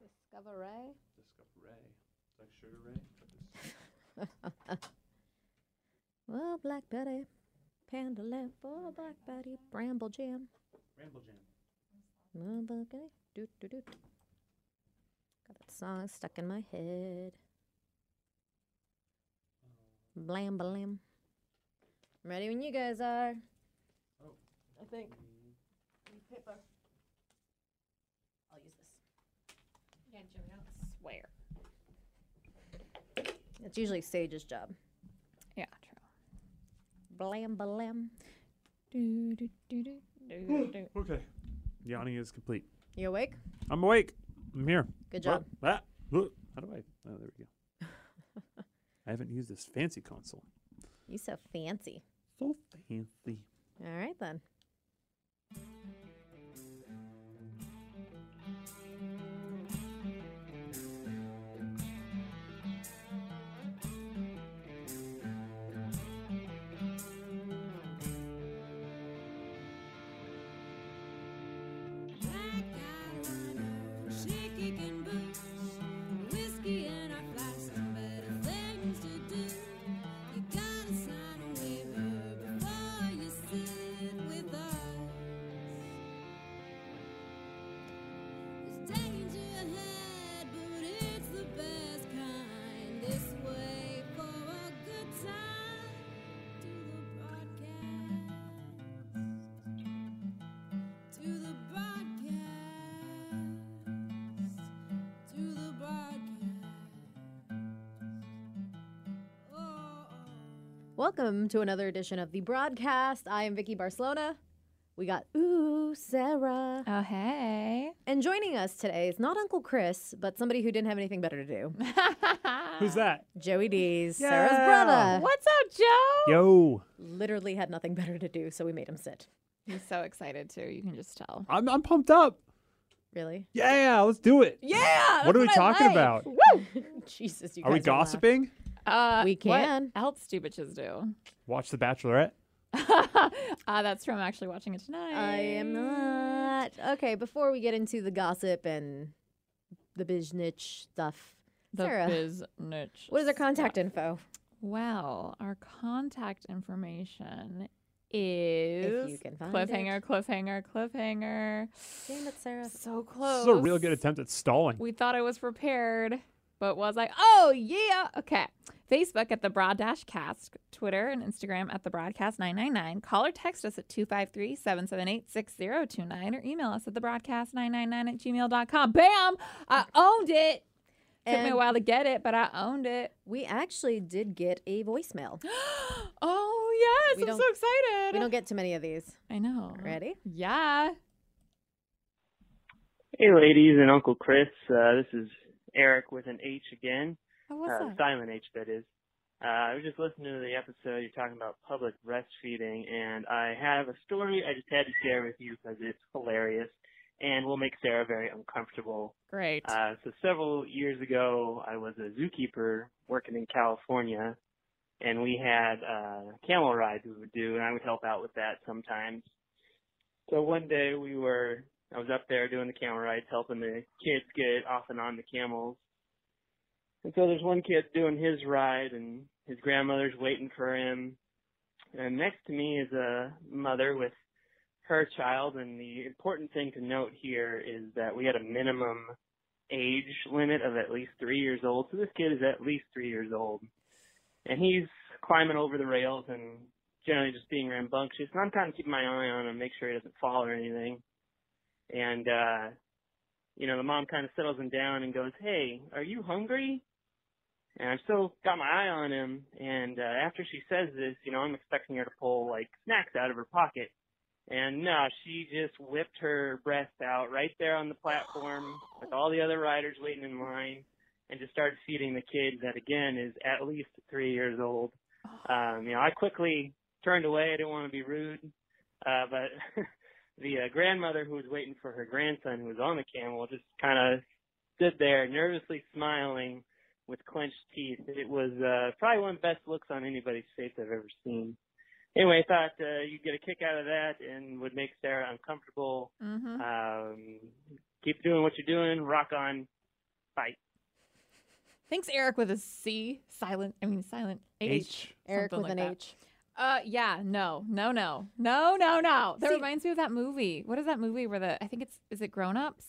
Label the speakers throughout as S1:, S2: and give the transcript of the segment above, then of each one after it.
S1: Discover Ray.
S2: Discover Ray. It's like Sugar Ray. but it's-
S1: Well, Black Betty, Panda Lamp, oh, Black Betty, Bramble Jam.
S2: Ramble Jam.
S1: Oh, Black Betty, doot doot doot. Got that song stuck in my head. Blam blam. I'm ready when you guys are.
S2: Oh.
S1: I think.
S2: Mm,
S1: Need paper. I'll use this.
S3: Yeah, Jim, no,
S1: Swear. It's usually Sage's job.
S3: Yeah, true.
S1: Blam blam.
S3: Do, do, do, do, do, do.
S2: Okay. Yawning is complete.
S1: You awake?
S2: I'm awake. I'm here.
S1: Good job.
S2: Ah, ah, uh, How do I? Oh, there we go. I haven't used this fancy console.
S1: You so fancy.
S2: So fancy.
S1: All right then.
S4: Black eyeliner, shaky can boots, whiskey in our flask, better things to do. You gotta sign a waiver before you sit with us. There's danger ahead, but it's the best kind. This way for a good time. Do the broadcast to the broadcast, to the broadcast. Oh,
S1: Welcome to another edition of the broadcast. I am Vicky Barcelona. We got ooh Sarah,
S3: Oh, hey.
S1: and joining us today is not Uncle Chris, but somebody who didn't have anything better to do.
S2: Who's that?
S3: Ah.
S1: Joey D's
S2: Yeah.
S1: Sarah's brother.
S3: What's up, Joe?
S2: Yo.
S1: Literally had nothing better to do, so we made him sit.
S3: He's so excited, too. You can just tell.
S2: I'm I'm pumped up.
S1: Really?
S2: Yeah, let's do it.
S3: Yeah.
S2: What are we talking about?
S1: Jesus, you
S2: Are we
S1: guys loud.
S2: gossiping?
S3: Uh,
S1: We
S3: what
S1: can.
S3: else do bitches do?
S2: Watch The Bachelorette.
S3: uh, that's from actually watching it tonight.
S1: I am not. Okay, before we get into the gossip and the biznitch stuff,
S3: The
S1: Sarah,
S3: biznitch.
S1: what is our contact info?
S3: Well, our contact information
S1: If
S3: is
S1: you can find
S3: cliffhanger,
S1: it.
S3: cliffhanger, cliffhanger.
S1: Damn it, Sarah.
S3: So
S2: This
S3: close.
S2: is a real good attempt at stalling.
S3: We thought I was prepared, but was I? Oh, yeah. Okay. Facebook at the Broad Dash Cast, Twitter and Instagram at the Broadcast 999. Call or text us at 253 778 6029 or email us at the Broadcast 999 at gmail.com. Bam! I owned it. Took me
S1: And-
S3: a while to get it, but I owned it.
S1: We actually did get a voicemail.
S3: Oh, yes.
S1: We
S3: I'm
S1: don't-
S3: so excited.
S1: We don't get too many of these.
S3: I know.
S1: Ready?
S3: Yeah.
S5: Hey, ladies and Uncle Chris. Uh, this is Eric with an H again.
S3: Oh, what's
S5: uh,
S3: that?
S5: Silent H, that is. Uh, I was just listening to the episode you're talking about public breastfeeding, and I have a story I just had to share with you because it's hilarious and will make Sarah very uncomfortable.
S3: Great.
S5: Uh, so several years ago, I was a zookeeper working in California, and we had uh, camel rides we would do, and I would help out with that sometimes. So one day we were, I was up there doing the camel rides, helping the kids get off and on the camels. And so there's one kid doing his ride, and his grandmother's waiting for him. And next to me is a mother with her child, and the important thing to note here is that we had a minimum age limit of at least three years old. So this kid is at least three years old. And he's climbing over the rails and generally just being rambunctious. And I'm kind of keeping my eye on him, make sure he doesn't fall or anything. And, uh, you know, the mom kind of settles him down and goes, Hey, are you hungry? And I've still got my eye on him. And, uh, after she says this, you know, I'm expecting her to pull like snacks out of her pocket. And no, she just whipped her breast out right there on the platform with all the other riders waiting in line and just started feeding the kid that again is at least three years old. Um, you know, I quickly turned away. I didn't want to be rude. Uh, but the uh, grandmother who was waiting for her grandson who was on the camel just kind of stood there nervously smiling with clenched teeth. It was, uh, probably one of the best looks on anybody's face I've ever seen anyway, I thought uh, you'd get a kick out of that and would make Sarah uncomfortable.
S3: mm-hmm.
S5: Um, keep doing what you're doing. Rock on. Bye.
S3: Thanks, Eric, with a C. Silent. I mean, silent H.
S2: H.
S1: Eric
S3: Something
S1: with
S3: like
S1: an
S3: that.
S1: H.
S3: Uh, yeah. No. No. No. No. No. No. That
S1: See-
S3: reminds me of that movie. What is that movie where the I think it's is it Grown Ups?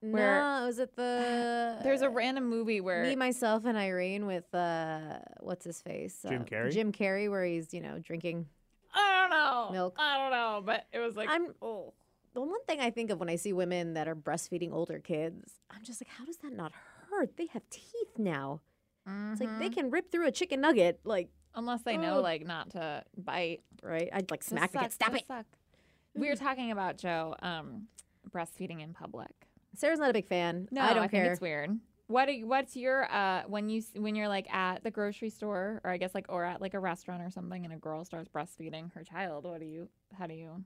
S3: Where-
S1: No, was it the
S3: There's a random movie where
S1: Uh, me myself and Irene with uh what's his face
S2: Jim
S1: Uh,
S2: Carrey?
S1: Jim Carrey, where he's you know drinking.
S3: I don't know.
S1: Milk.
S3: I don't know, but it was like
S1: I'm
S3: oh.
S1: the one thing I think of when I see women that are breastfeeding older kids. I'm just like, how does that not hurt? They have teeth now. It's like they
S3: Mhm.
S1: can rip through a chicken nugget. Like
S3: unless they know
S1: Oh.
S3: like not to bite.
S1: right? I'd like
S3: Just
S1: smack the
S3: suck,
S1: kid. Stop
S3: just
S1: it. Mm.
S3: suck. We were talking about Joe um, breastfeeding in public.
S1: Sarah's not a big fan.
S3: No,
S1: I don't
S3: think
S1: care.
S3: it's weird. What are, you- what's your uh when you s- when you're like at the grocery store or I guess like or at like a restaurant or something and a girl starts breastfeeding her child? What do you how do you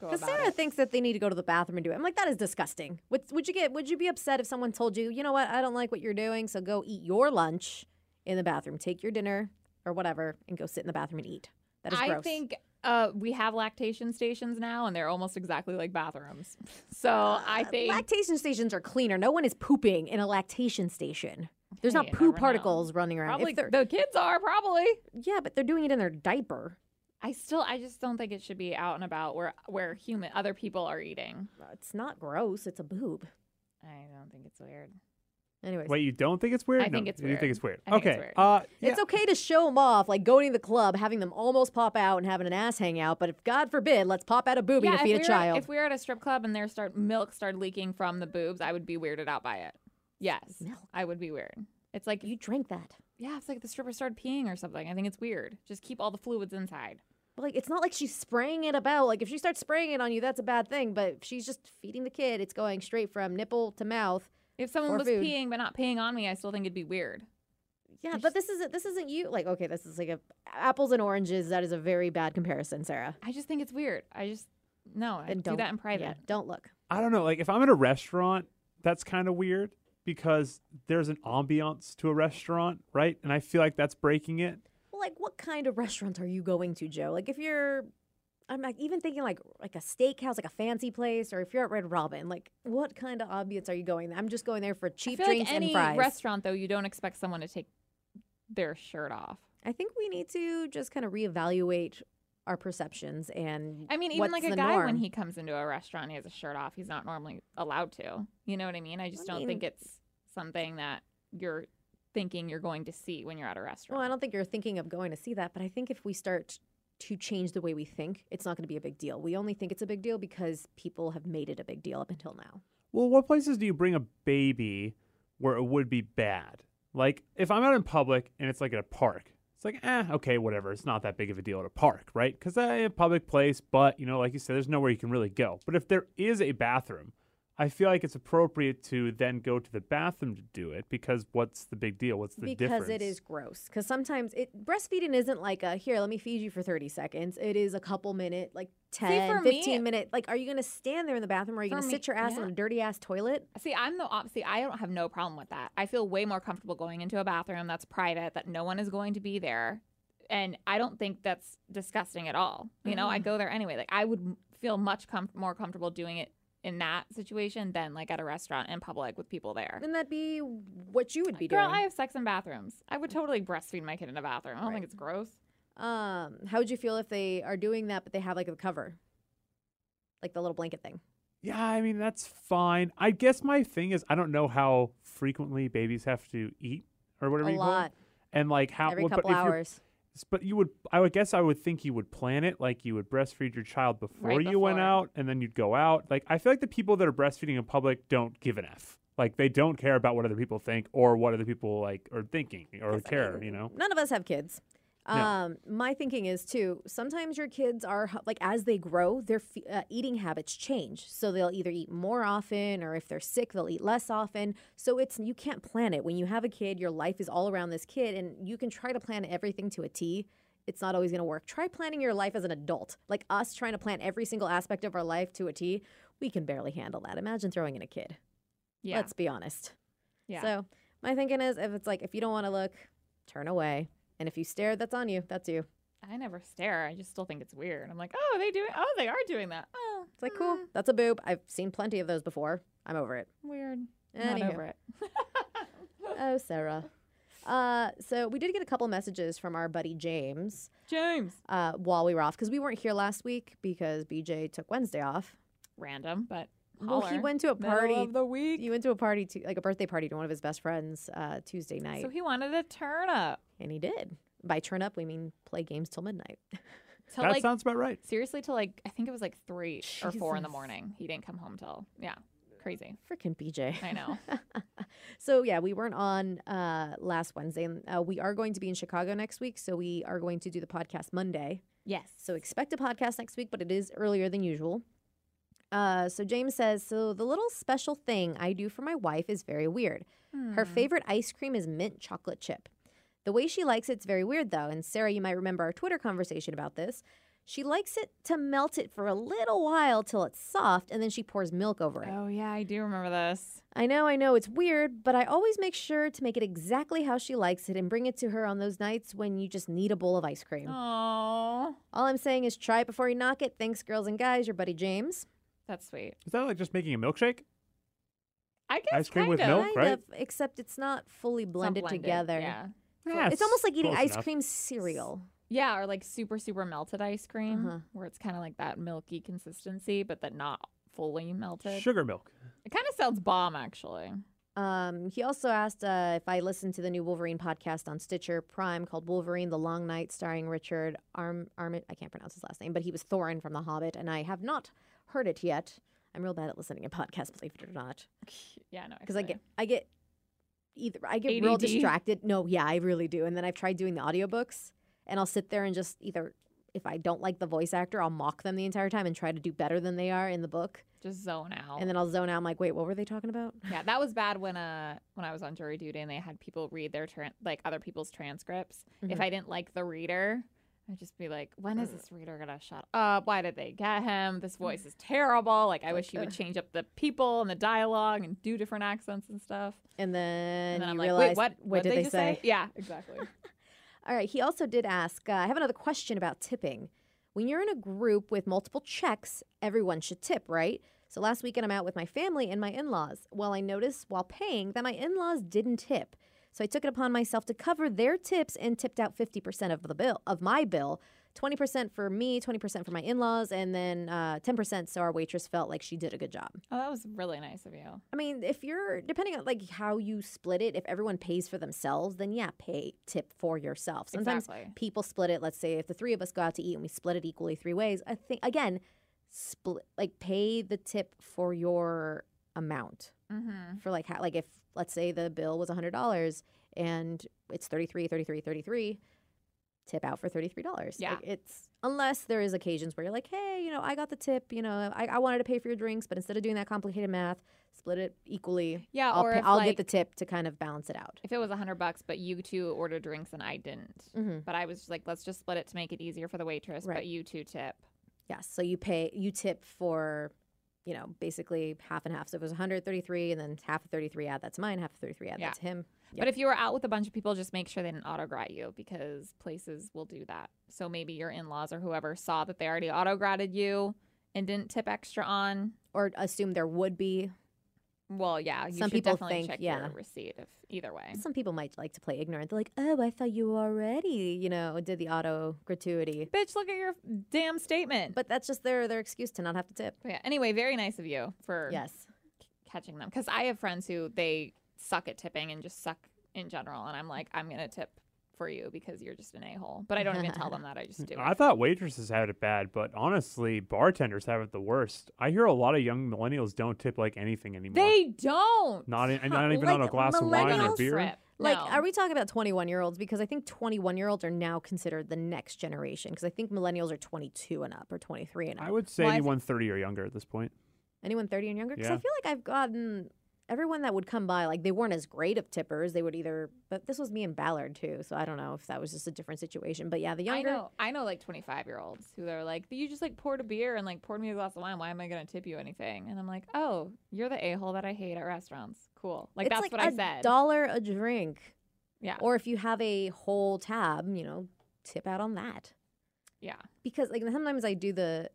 S3: go
S1: Because
S3: about
S1: Sarah
S3: it?
S1: thinks that they need to go to the bathroom and do it. I'm like, that is disgusting. Would, would you get? Would you be upset if someone told you, you know what? I don't like what you're doing, so go eat your lunch in the bathroom, take your dinner or whatever, and go sit in the bathroom and eat. That is
S3: I
S1: gross.
S3: think uh, we have lactation stations now and they're almost exactly like bathrooms. So I
S1: Uh,
S3: think
S1: lactation stations are cleaner. No one is pooping in a lactation station. There's
S3: Hey,
S1: not
S3: you
S1: poo
S3: never know.
S1: particles running around.
S3: probably
S1: If they're-
S3: the kids are probably.
S1: yeah, but they're doing it in their diaper.
S3: I still I just don't think it should be out and about where where human other people are eating.
S1: Uh, It's not gross. It's a boob.
S3: I don't think it's weird.
S1: Anyways,
S2: Wait, you don't think it's weird?
S3: I
S2: No,
S3: think it's
S2: You
S3: weird.
S2: think it's weird?
S3: I think
S2: okay.
S3: it's weird.
S2: Uh, yeah.
S1: It's okay to show them off, like going to the club, having them almost pop out and having an ass hang out. But if God forbid, let's pop out a boobie to
S3: if
S1: feed
S3: we
S1: a
S3: were-
S1: child.
S3: If we were at a strip club and there start milk started leaking from the boobs, I would be weirded out by it. Yes,
S1: Milk?
S3: I would be weird. It's like
S1: you drink that.
S3: yeah, it's like the stripper started peeing or something. I think it's weird. Just keep all the fluids inside.
S1: But like, it's not like she's spraying it about. Like, if she starts spraying it on you, that's a bad thing. But if she's just feeding the kid, it's going straight from nipple to mouth.
S3: If someone
S1: For
S3: was
S1: food.
S3: peeing but not peeing on me, I still think it'd be weird.
S1: Yeah, but this isn't this isn't you. Like, okay, this is like a apples and oranges. That is a very bad comparison, Sarah.
S3: I just think it's weird. I just no, I
S1: Then
S3: do that in private.
S1: yeah, don't look.
S2: I don't know. Like if I'm at a restaurant, that's kind of weird because there's an ambiance to a restaurant, right? And I feel like that's breaking it.
S1: Well, like, what kind of restaurant are you going to, Joe? Like, if you're, I'm like even thinking like like a steakhouse, like a fancy place, or if you're at Red Robin, like what kind of ambience are you going? I'm just going there for
S3: I
S1: cheap
S3: feel
S1: drinks
S3: like any
S1: and fries.
S3: restaurant though, you don't expect someone to take their shirt off.
S1: I think we need to just kind of reevaluate our perceptions and
S3: I mean, even
S1: what's
S3: like a
S1: the
S3: guy when
S1: norm.
S3: he comes into a restaurant, he has a shirt off. He's not normally allowed to. You know what I mean? I just
S1: I
S3: don't think
S1: mean-
S3: it's something that you're thinking you're going to see when you're at a
S1: Well,
S3: restaurant.
S1: I don't think you're thinking of going to see that, but I think if we start to change the way we think, it's not going to be a big deal. We only think it's a big deal because people have made it a big deal up until now.
S2: Well, what places do you bring a baby where it would be bad? Like if I'm out in public and it's like at a park, it's like, eh, okay, whatever. It's not that big of a deal at a park, right? Because a public place, but you know, like you said, there's nowhere you can really go. But if there is a bathroom, I feel like it's appropriate to then go to the bathroom to do it because what's the big deal? What's the
S1: because
S2: difference?
S1: it is gross. Because sometimes it breastfeeding isn't like a here, let me feed you for 30 seconds. It is a couple minute, like 10,
S3: for me-
S1: 15 minute. Like, are you going to stand there in the bathroom or are you
S3: For
S1: going to
S3: me-
S1: sit your ass
S3: yeah.
S1: on a dirty ass toilet?
S3: See, I'm the op- see. I don't have no problem with that. I feel way more comfortable going into a bathroom that's private, that no one is going to be there, and I don't think that's disgusting at all. You know, I
S1: Mm-hmm.
S3: go there anyway. Like I would m- feel much com- more comfortable doing it in that situation than like at a restaurant in public with people there.
S1: Wouldn't that be what you would be
S3: Girl,
S1: doing? Mm.
S3: I have sex in bathrooms. I would totally breastfeed my kid in a bathroom. I don't think it's gross.
S1: Um, how would you feel if they are doing that, but they have like a cover, like the little blanket thing?
S2: Yeah, I mean that's fine. I guess my thing is I don't know how frequently babies have to eat or whatever.
S1: a
S2: you Call it.
S1: lot
S2: And like how
S1: every
S2: well, but
S1: couple
S2: if you're-
S1: hours.
S2: s- But you would, I would guess, I would think you would plan it like you would breastfeed your child before
S3: Right
S2: you went
S3: before.
S2: out, and then you'd go out. Like I feel like the people that are breastfeeding in public don't give an f. Like they don't care about what other people think or what other people like are thinking or care. you know.
S1: None of us have kids.
S2: No.
S1: Um, my thinking is too. Sometimes your kids are h- like as they grow, their f- uh, eating habits change, so they'll either eat more often, or if they're sick, they'll eat less often. So it's you can't plan it when you have a kid. Your life is all around this kid, and you can try to plan everything to a T. It's not always going to work. Try planning your life as an adult, like us trying to plan every single aspect of our life to a T. We can barely handle that. Imagine throwing in a kid.
S3: Yeah.
S1: Let's be honest.
S3: yeah.
S1: So my thinking is, if it's like if you don't want to look, turn away, and if you stare, that's on you. That's you.
S3: I never stare. I just still think it's weird. I'm like, oh, they doing? Oh, they are doing that. Oh,
S1: It's like cool.
S3: mm,
S1: That's a boob. I've seen plenty of those before. I'm over it.
S3: Weird.
S1: Anywho.
S3: Not over it.
S1: Oh, Sarah. Uh, so we did get a couple messages from our buddy James
S3: James.
S1: uh, while we were off because we weren't here last week because BJ took Wednesday off.
S3: Random, but
S1: Well, he
S3: holler.
S1: went to a
S3: Middle
S1: party.
S3: of the week.
S1: He went to a party to like a birthday party to one of his best friends uh, Tuesday night,
S3: So he wanted a turn up.
S1: and he did. By turn up, we mean play games till midnight.
S3: Till
S2: that
S3: like
S2: sounds about right.
S3: seriously till like I think it was like three or four in the
S1: Jesus.
S3: morning. He didn't come home till yeah, crazy.
S1: Freaking BJ.
S3: I know.
S1: So yeah, we weren't on uh, last Wednesday, and uh, we are going to be in Chicago next week. So we are going to do the podcast Monday.
S3: yes.
S1: So expect a podcast next week, but it is earlier than usual. Uh, so James says, so the little special thing I do for my wife is very weird. Her
S3: Mm. Hmm.
S1: favorite ice cream is mint chocolate chip. The way she likes it's very weird though, and Sarah, you might remember our Twitter conversation about this. She likes it to melt it for a little while till it's soft, and then she pours milk over it.
S3: Oh yeah, I do remember this.
S1: I know, I know, it's weird, but I always make sure to make it exactly how she likes it and bring it to her on those nights when you just need a bowl of ice cream.
S3: Oh,
S1: All I'm saying is try it before you knock it. Thanks, girls and guys. Your buddy James.
S3: that's sweet.
S2: Is that like just making a milkshake?
S3: I guess
S2: Ice cream
S3: kind
S2: with
S3: of.
S2: milk?
S1: kind
S2: right?
S1: of, except Oh, it's not fully
S3: Some
S1: blended, together.
S3: Yeah.
S2: Yeah,
S1: It's almost like eating
S2: close
S1: ice
S2: enough.
S1: cream cereal.
S3: Yeah, or like super super melted ice cream,
S1: Uh-huh.
S3: where it's kind of like that milky consistency, but then not fully melted.
S2: Sugar milk.
S3: It kind of sounds bomb, actually.
S1: Um, he also asked uh, if I listened to the new Wolverine podcast on Stitcher Prime called Wolverine: The Long Night, starring Richard Arm Armit. I can't pronounce his last name, but he was Thorin from The Hobbit, and I have not heard it yet. I'm real bad at listening to podcasts, believe it or not,
S3: Yeah, no,
S1: because I
S3: actually.
S1: get I get either I get real
S3: ADD.
S1: distracted. No, yeah, I really do. And then I've tried doing the audiobooks, and I'll sit there and just either if I don't like the voice actor, I'll mock them the entire time and try to do better than they are in the book,
S3: just zone out.
S1: and then I'll zone out. I'm like, wait, what were they talking about?
S3: yeah, that was bad when uh when I was on jury duty and they had people read their tran like other people's transcripts. If
S1: Mhm.
S3: I didn't like the reader, I'd just be like, "When
S1: Uh.
S3: is this reader gonna shut up? Why did they get him? This voice is terrible. Like, I wish you would
S1: Mm. ugh.
S3: change up the people and the dialogue and do different accents and stuff."
S1: And then,
S3: And, then
S1: you
S3: I'm like,
S1: realize,
S3: "Wait, what?
S1: What
S3: what'd
S1: did
S3: just say? Yeah, exactly.
S1: All right. He also did ask. Uh, I have another question about tipping. When you're in a group with multiple checks, everyone should tip, right? So last weekend, I'm out with my family and my in-laws. Well, I noticed while paying that my in-laws didn't tip, so I took it upon myself to cover their tips and tipped out 50% of the bill of my bill, 20% for me, 20% for my in-laws, and then uh, 10% so our waitress felt like she did a good job.
S3: oh, that was really nice of you.
S1: I mean, if you're depending on like how you split it, if everyone pays for themselves, then yeah, pay tip for yourself. Sometimes
S3: exactly.
S1: people split it. Let's say if the three of us go out to eat and we split it equally three ways, I think again, split like pay the tip for your amount
S3: Mm-hmm.
S1: for like how, like if let's say the bill was $100 and it's 33 33 33 tip out for $33 Like,
S3: Yeah.
S1: it's unless there is occasions where you're like hey you know i got the tip you know i, I wanted to pay for your drinks but instead of doing that complicated math split it equally
S3: Yeah,
S1: i'll,
S3: or
S1: pay,
S3: if,
S1: I'll
S3: like,
S1: get the tip to kind of balance it out
S3: if it was a hundred bucks, but you two ordered drinks and I didn't.
S1: mm-hmm.
S3: But I was just like, let's just split it to make it easier for the waitress. But
S1: Right.
S3: you two tip.
S1: yes so you pay you tip for you know basically half and half so if it was 133 and then half of 33 add that's mine half of 33 add
S3: Yeah.
S1: that's him
S3: But if you were out with a bunch of people, just make sure they didn't autograt you because places will do that. So maybe your in laws or whoever saw that they already autogratted you and didn't tip extra on.
S1: or assume there would be
S3: Well, yeah, you
S1: Some
S3: should
S1: people
S3: definitely
S1: think,
S3: check
S1: yeah.
S3: your receipt if either way.
S1: Some people might like to play ignorant. They're like, "Oh, I thought you already, you know, did the auto gratuity."
S3: Bitch, look at your damn statement.
S1: But that's just their their excuse to not have to tip.
S3: But yeah, anyway, very nice of you for
S1: Yes.
S3: catching them because I have friends who they suck at tipping and just suck in general, and I'm like, I'm gonna tip for you because you're just an a hole. But I don't even tell them that. I just do.
S2: I
S3: it.
S2: thought waitresses had it bad, but honestly, bartenders have it the worst. I hear a lot of young millennials don't tip like anything anymore.
S3: They don't.
S2: not in, not even on a
S1: Like
S2: glass of wine or
S1: millennials?
S2: beer.
S3: Trip.
S1: Like,
S3: No.
S1: are we talking about 21 year olds? Because I think 21 year olds are now considered the next generation. Because I think millennials are 22 and up or 23 and up.
S2: I would say
S3: Well, I th-
S2: anyone thirty or younger at this point.
S1: Anyone 30 and younger? Because I
S2: Yeah.
S1: feel like I've gotten everyone that would come by, like, they weren't as great of tippers. They would either, but this was me and Ballard too. So I don't know if that was just a different situation. But yeah, the younger.
S3: I know, I know, like twenty five year olds who are like, you just like poured a beer and like poured me a glass of wine. Why am I gonna tip you anything? And I'm like, oh, you're the a hole that I hate at restaurants. Cool. Like
S1: it's
S3: that's
S1: like
S3: what
S1: a
S3: I said.
S1: dollar a drink.
S3: yeah,
S1: Or if you have a whole tab, you know, tip out on that.
S3: yeah.
S1: Because like sometimes I do the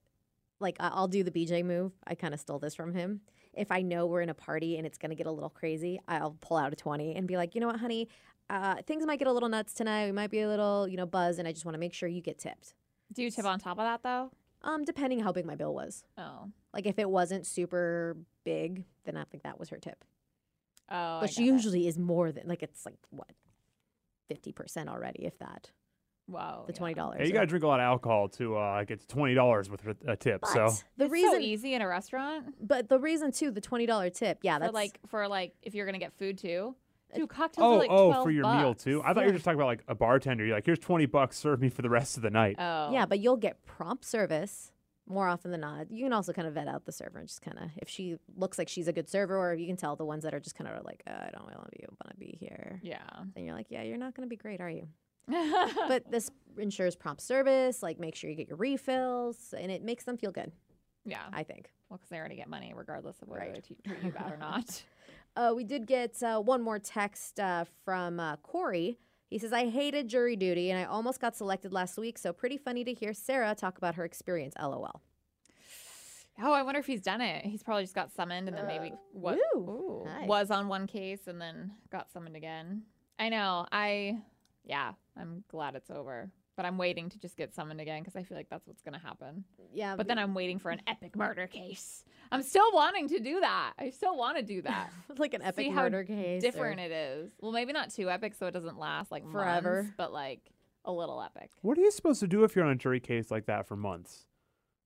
S1: like I- I'll do the BJ move. I kind of stole this from him. If I know we're in a party and it's going to get a little crazy, I'll pull out a 20 and be like, "You know what, honey? Uh, things might get a little nuts tonight. We might be a little, you know, buzz and I just want to make sure you get tipped."
S3: Do you tip on top of that though?
S1: Um depending how big my bill was.
S3: Oh,
S1: Like if it wasn't super big, then I think that was her tip.
S3: oh, I
S1: Which
S3: got it.
S1: usually is more than like it's like what? 50% already if that.
S3: Wow,
S1: The
S3: Oh, yeah.
S1: $20.
S2: Yeah, you got to drink a lot of alcohol to uh, get to twenty dollars with a- a tip.
S1: But
S2: So
S1: the
S3: It's
S1: reason
S3: so e easy in a restaurant
S1: But the reason too, the twenty dollar tip, yeah,
S3: for
S1: that's
S3: like for like if you're gonna get food too.
S1: It's-
S3: Dude, cocktails
S2: oh
S3: are like
S2: oh
S3: 12
S2: for your meal
S3: bucks.
S2: too. I thought you
S1: Yeah.
S2: were just talking about like a bartender. You're like, here's twenty bucks, serve me for the rest of the night.
S3: Oh,
S1: yeah, but you'll get prompt service more often than not. You can also kind of vet out the server and just kind of if she looks like she's a good server, or you can tell the ones that are just kind of like, uh, I don't really want to want to be here.
S3: yeah.
S1: Then you're like, yeah, you're not going to be great, are you? But this ensures prompt service. Like, make sure you get your refills, and it makes them feel good.
S3: yeah,
S1: I think.
S3: well, because they already get money regardless of whether
S1: Right.
S3: they te- treat you bad or not.
S1: Uh, we did get uh, one more text uh, from uh, Corey. He says, I hated jury duty and I almost got selected last week, so pretty funny to hear Sarah talk about her experience. LOL.
S3: Oh, I wonder if he's done it. He's probably just got summoned and then maybe
S1: Uh,
S3: what
S1: woo.
S3: ooh,
S1: Nice.
S3: was on one case and then got summoned again. I know. I yeah, I'm glad it's over, but I'm waiting to just get summoned again because I feel like that's what's gonna happen.
S1: Yeah.
S3: But then I'm waiting for an epic murder case. I'm still wanting to do that. I still want to do that.
S1: like an epic
S3: See how
S1: murder case. or-
S3: Different it is. Well, maybe not too epic, so it doesn't last like
S1: Forever.
S3: months, but like a little epic.
S2: What are you supposed to do if you're on a jury case like that for months?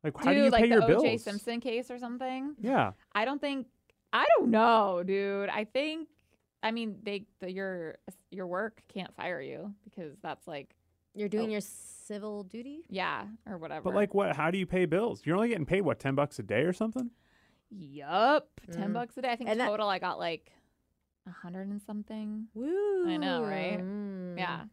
S2: Like, how
S3: do,
S2: do you
S3: like
S2: pay
S3: the
S2: your
S3: OJ
S2: bills?
S3: Simpson case or something?
S2: Yeah,
S3: I don't think. I don't know, dude. I think. I mean, they the, your your work can't fire you because that's like
S1: You're doing
S3: Oh.
S1: your civil duty?
S3: yeah or whatever.
S2: but like, what? How do you pay bills? You're only getting paid what ten bucks a day or something?
S3: yup, ten
S1: Mm.
S3: bucks a day. I think
S1: And that-
S3: total I got like a hundred and something.
S1: Woo.
S3: know, right?
S1: Mm.
S3: Yeah, Mm-hmm.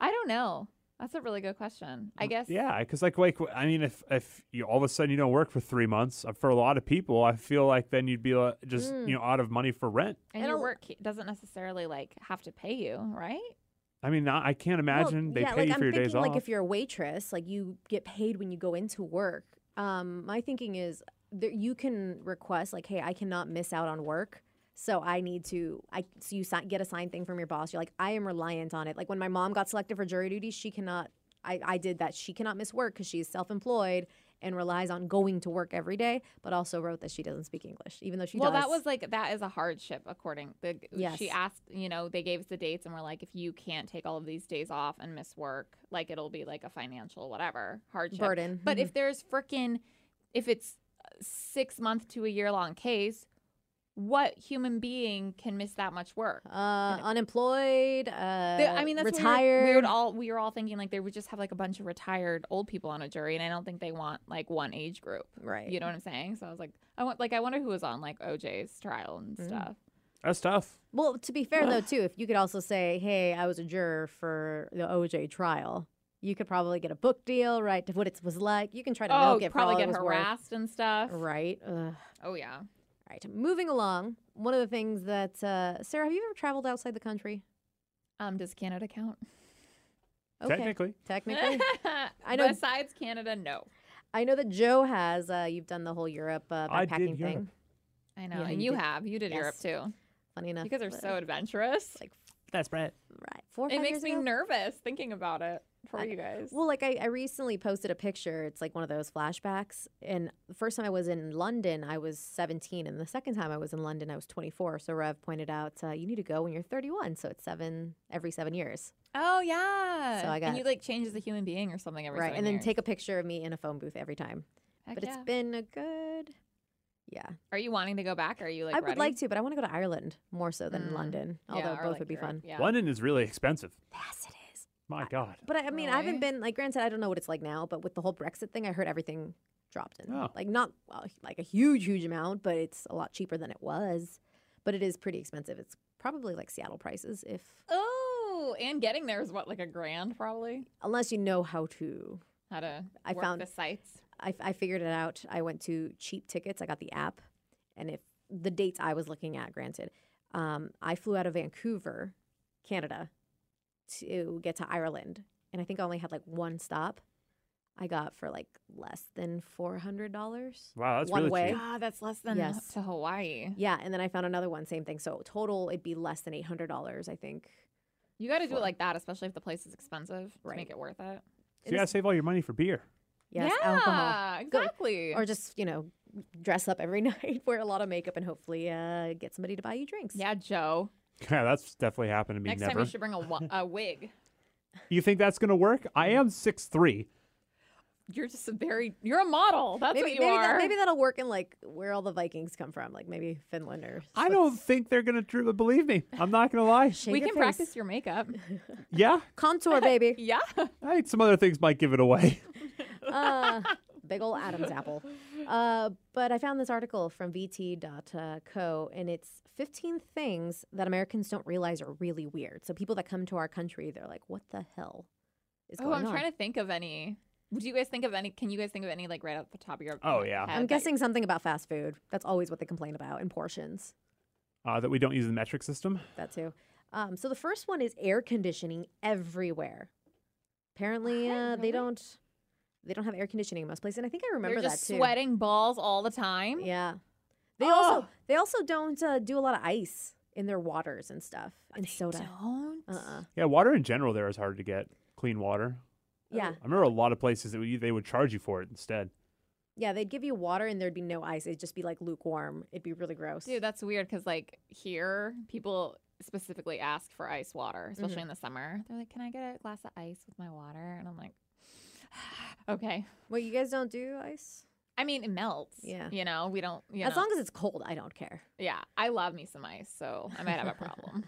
S3: I don't know. That's a really good question.
S1: Mm,
S3: I guess.
S2: Yeah, because like, like, I mean, if if you all of a sudden you don't work for three months, uh, for a lot of people, I feel like then you'd be uh, just
S1: Mm.
S2: you know out of money for rent.
S3: And,
S1: And
S3: your
S1: a-
S3: work ca- doesn't necessarily like have to pay you, right?
S2: I mean, not, I can't
S1: Well,
S2: imagine they
S1: yeah,
S2: pay
S1: like
S2: you
S1: I'm
S2: for your
S1: thinking
S2: days
S1: like
S2: off.
S1: if you're a waitress, like you get paid when you go into work. Um, my thinking is that you can request like, hey, I cannot miss out on work. So I need to I so you si- get a signed thing from your boss. You're like, I am reliant on it. Like when my mom got selected for jury duty, she cannot I, I did that. She cannot miss work because she's self employed and relies on going to work every day, but also wrote that she doesn't speak English, even though she
S3: well,
S1: does.
S3: that was like that is a hardship according. The,
S1: Yes.
S3: She asked, you know, they gave us the dates and we're like, if you can't take all of these days off and miss work, like it'll be like a financial whatever hardship.
S1: burden. Mm-hmm.
S3: But if there's frickin' if it's a six month to a year long case, what human being can miss that much work?
S1: uh, unemployed, uh,
S3: The- I mean, that's what we were-
S1: retired.
S3: We, would all we were all thinking like they would just have like a bunch of retired old people on a jury, and I don't think they want like one age group.
S1: right.
S3: You know what I'm saying? So I was like, I want like I wonder who was on like OJ's trial and
S1: Mm.
S3: stuff.
S2: That's tough.
S1: Well, to be fair though, too, if you could also say, "Hey, I was a juror for the OJ trial," you could probably get a book deal, right? To what it was like, you can try to
S3: oh,
S1: milk it for
S3: probably
S1: all it
S3: get
S1: was worth.
S3: harassed and stuff.
S1: right? Ugh. All
S3: Oh yeah.
S1: right, moving along. One of the things that uh, Sarah, have you ever traveled outside the country?
S3: Um, does Canada count?
S1: Oh
S2: Technically,
S1: technically, I know-
S3: Besides Canada, no.
S1: I know that Joe has. Uh, you've done the whole Europe uh,
S2: I
S1: backpacking
S2: did
S1: thing.
S2: Europe.
S3: I know,
S1: Yeah,
S3: and
S1: you
S3: you
S1: did-
S3: have you did
S1: Yes.
S3: Europe too.
S1: Funny enough,
S3: You guys are
S1: but-
S3: so adventurous.
S1: like
S2: that's right.
S1: right. Four. or
S3: it
S1: five
S3: makes
S1: years
S3: me
S1: ago?
S3: nervous thinking about it for
S1: I-
S3: you guys.
S1: Well, like I, I recently posted a picture. It's like one of those flashbacks. And the first time I was in London, I was 17. And the second time I was in London, I was 24. So Rev pointed out, uh, you need to go when you're 31. So it's seven every seven years.
S3: oh yeah.
S1: So I got-
S3: and you like change as a human being or something every
S1: right.
S3: seven
S1: And then
S3: years.
S1: take a picture of me in a phone booth every time.
S3: Heck
S1: but
S3: yeah.
S1: it's been a good. Yeah.
S3: Are you wanting to go back? Or are you like
S1: I would
S3: ready?
S1: like to, but I want to go to Ireland more so than
S3: Mm.
S1: London,
S3: Yeah,
S1: although
S3: or,
S1: both
S3: like,
S1: would be
S3: Europe.
S1: fun.
S3: Yeah.
S2: London is really expensive.
S1: Yes, it is.
S2: My God.
S1: But I, I mean, I
S3: Really?
S1: haven't been like. Granted, I don't know what it's like now, but with the whole Brexit thing, I heard everything dropped in.
S2: Oh.
S1: Like not well, like a huge, huge amount, but it's a lot cheaper than it was. But it is pretty expensive. It's probably like Seattle prices, if
S3: Oh, and getting there is what like a grand probably.
S1: unless you know how to.
S3: How to
S1: I
S3: work
S1: found-
S3: the sites.
S1: I, I figured it out. I went to cheap tickets. I got the app, and if the dates I was looking at, granted, um, I flew out of Vancouver, Canada, to get to Ireland, and I think I only had like one stop. I got for like less than four hundred dollars.
S2: Wow, that's
S1: One
S2: really
S1: way.
S2: cheap.
S3: Ah, that's less than
S1: Yes.
S3: to Hawaii.
S1: Yeah, and then I found another one, same thing. So total, it'd be less than eight hundred dollars, I think.
S3: You got to do it
S1: For-
S3: like that, especially if the place is expensive to
S1: Right.
S3: make it worth it.
S2: So you gotta save all your money for beer.
S1: Yes,
S3: yeah,
S1: alcohol, Go-
S3: exactly.
S1: or just you know, dress up every night, wear a lot of makeup, and hopefully uh, get somebody to buy you drinks.
S3: yeah, Joe.
S2: Yeah, that's definitely happened to me.
S3: Next
S2: never.
S3: time you should bring a, wa- a wig.
S2: You think that's gonna work? I
S1: Mm-hmm.
S2: am six three.
S3: You're just a very you're a model. That's
S1: maybe
S3: what you
S1: maybe,
S3: are.
S1: That, maybe that'll work in like where all the Vikings come from, like maybe Finland or.
S2: I don't think they're gonna tr- believe me. I'm not gonna lie.
S1: Shave
S3: we
S1: your
S3: can
S1: face.
S3: practice your makeup.
S2: Yeah,
S1: contour, baby.
S3: yeah.
S2: I think some other things might give it away.
S1: uh, big ol' Adam's apple. Uh, but I found this article from VT.co, and it's 15 things that Americans don't realize are really weird. So people that come to our country, they're like, "What the hell is
S3: Oh,
S1: going
S3: I'm
S1: on?"
S3: trying to think of any. Do you guys think of any? Can you guys think of any like right off the top of your?
S2: Oh, yeah.
S3: head
S1: I'm
S3: that-
S1: guessing something about fast food. That's always what they complain about in portions.
S2: Uh, that we don't use the metric system.
S1: That too. Um, so the first one is air conditioning everywhere. Apparently,
S3: What?
S1: uh,
S3: Really?
S1: they don't they don't have air conditioning in most places, and I think I remember
S3: They're
S1: that
S3: just
S1: too.
S3: sweating balls all the time.
S1: Yeah, they also
S3: Oh.
S1: they also don't uh, do a lot of ice in their waters and stuff and soda.
S3: Don't. Oh.
S1: Uh uh
S2: Yeah, water in general there is hard to get clean water.
S1: Yeah,
S2: I remember a lot of places that we, they would charge you for it instead.
S1: yeah. They'd give you water and there'd be no ice. It'd just be like lukewarm. It'd be really gross.
S3: Dude, that's weird because like here, people specifically ask for ice water, especially
S1: Mm-hmm.
S3: in the summer. They're like, "Can I get a glass of ice with my water?" And I'm like, "Okay."
S1: well, you guys don't do ice.
S3: I mean, it melts.
S1: Yeah.
S3: You know, we don't. You
S1: As
S3: know.
S1: long as it's cold, I don't care.
S3: yeah, I love me some ice, so I might have a problem.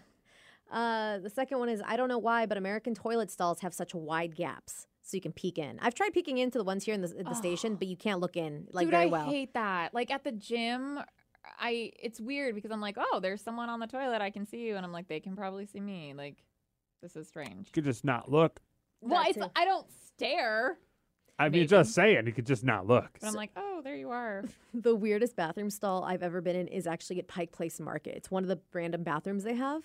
S1: Uh, the second one is I don't know why, but American toilet stalls have such wide gaps, so you can peek in. I've tried peeking into the ones here in the, at the station,
S3: Oh.
S1: but you can't look in like
S3: Dude,
S1: very
S3: I
S1: well.
S3: hate that. Like at the gym, I it's weird because I'm like, "Oh, there's someone on the toilet. I can see you," and I'm like, "They can probably see me." Like, this is strange.
S2: You could just not look.
S3: Well,
S1: That
S3: it's
S1: too.
S3: I don't stare,
S2: I mean,
S3: Maybe.
S2: just saying, you could just not look.
S3: but I'm like, "Oh, there you are."
S1: the weirdest bathroom stall I've ever been in is actually at Pike Place Market. It's one of the random bathrooms they have.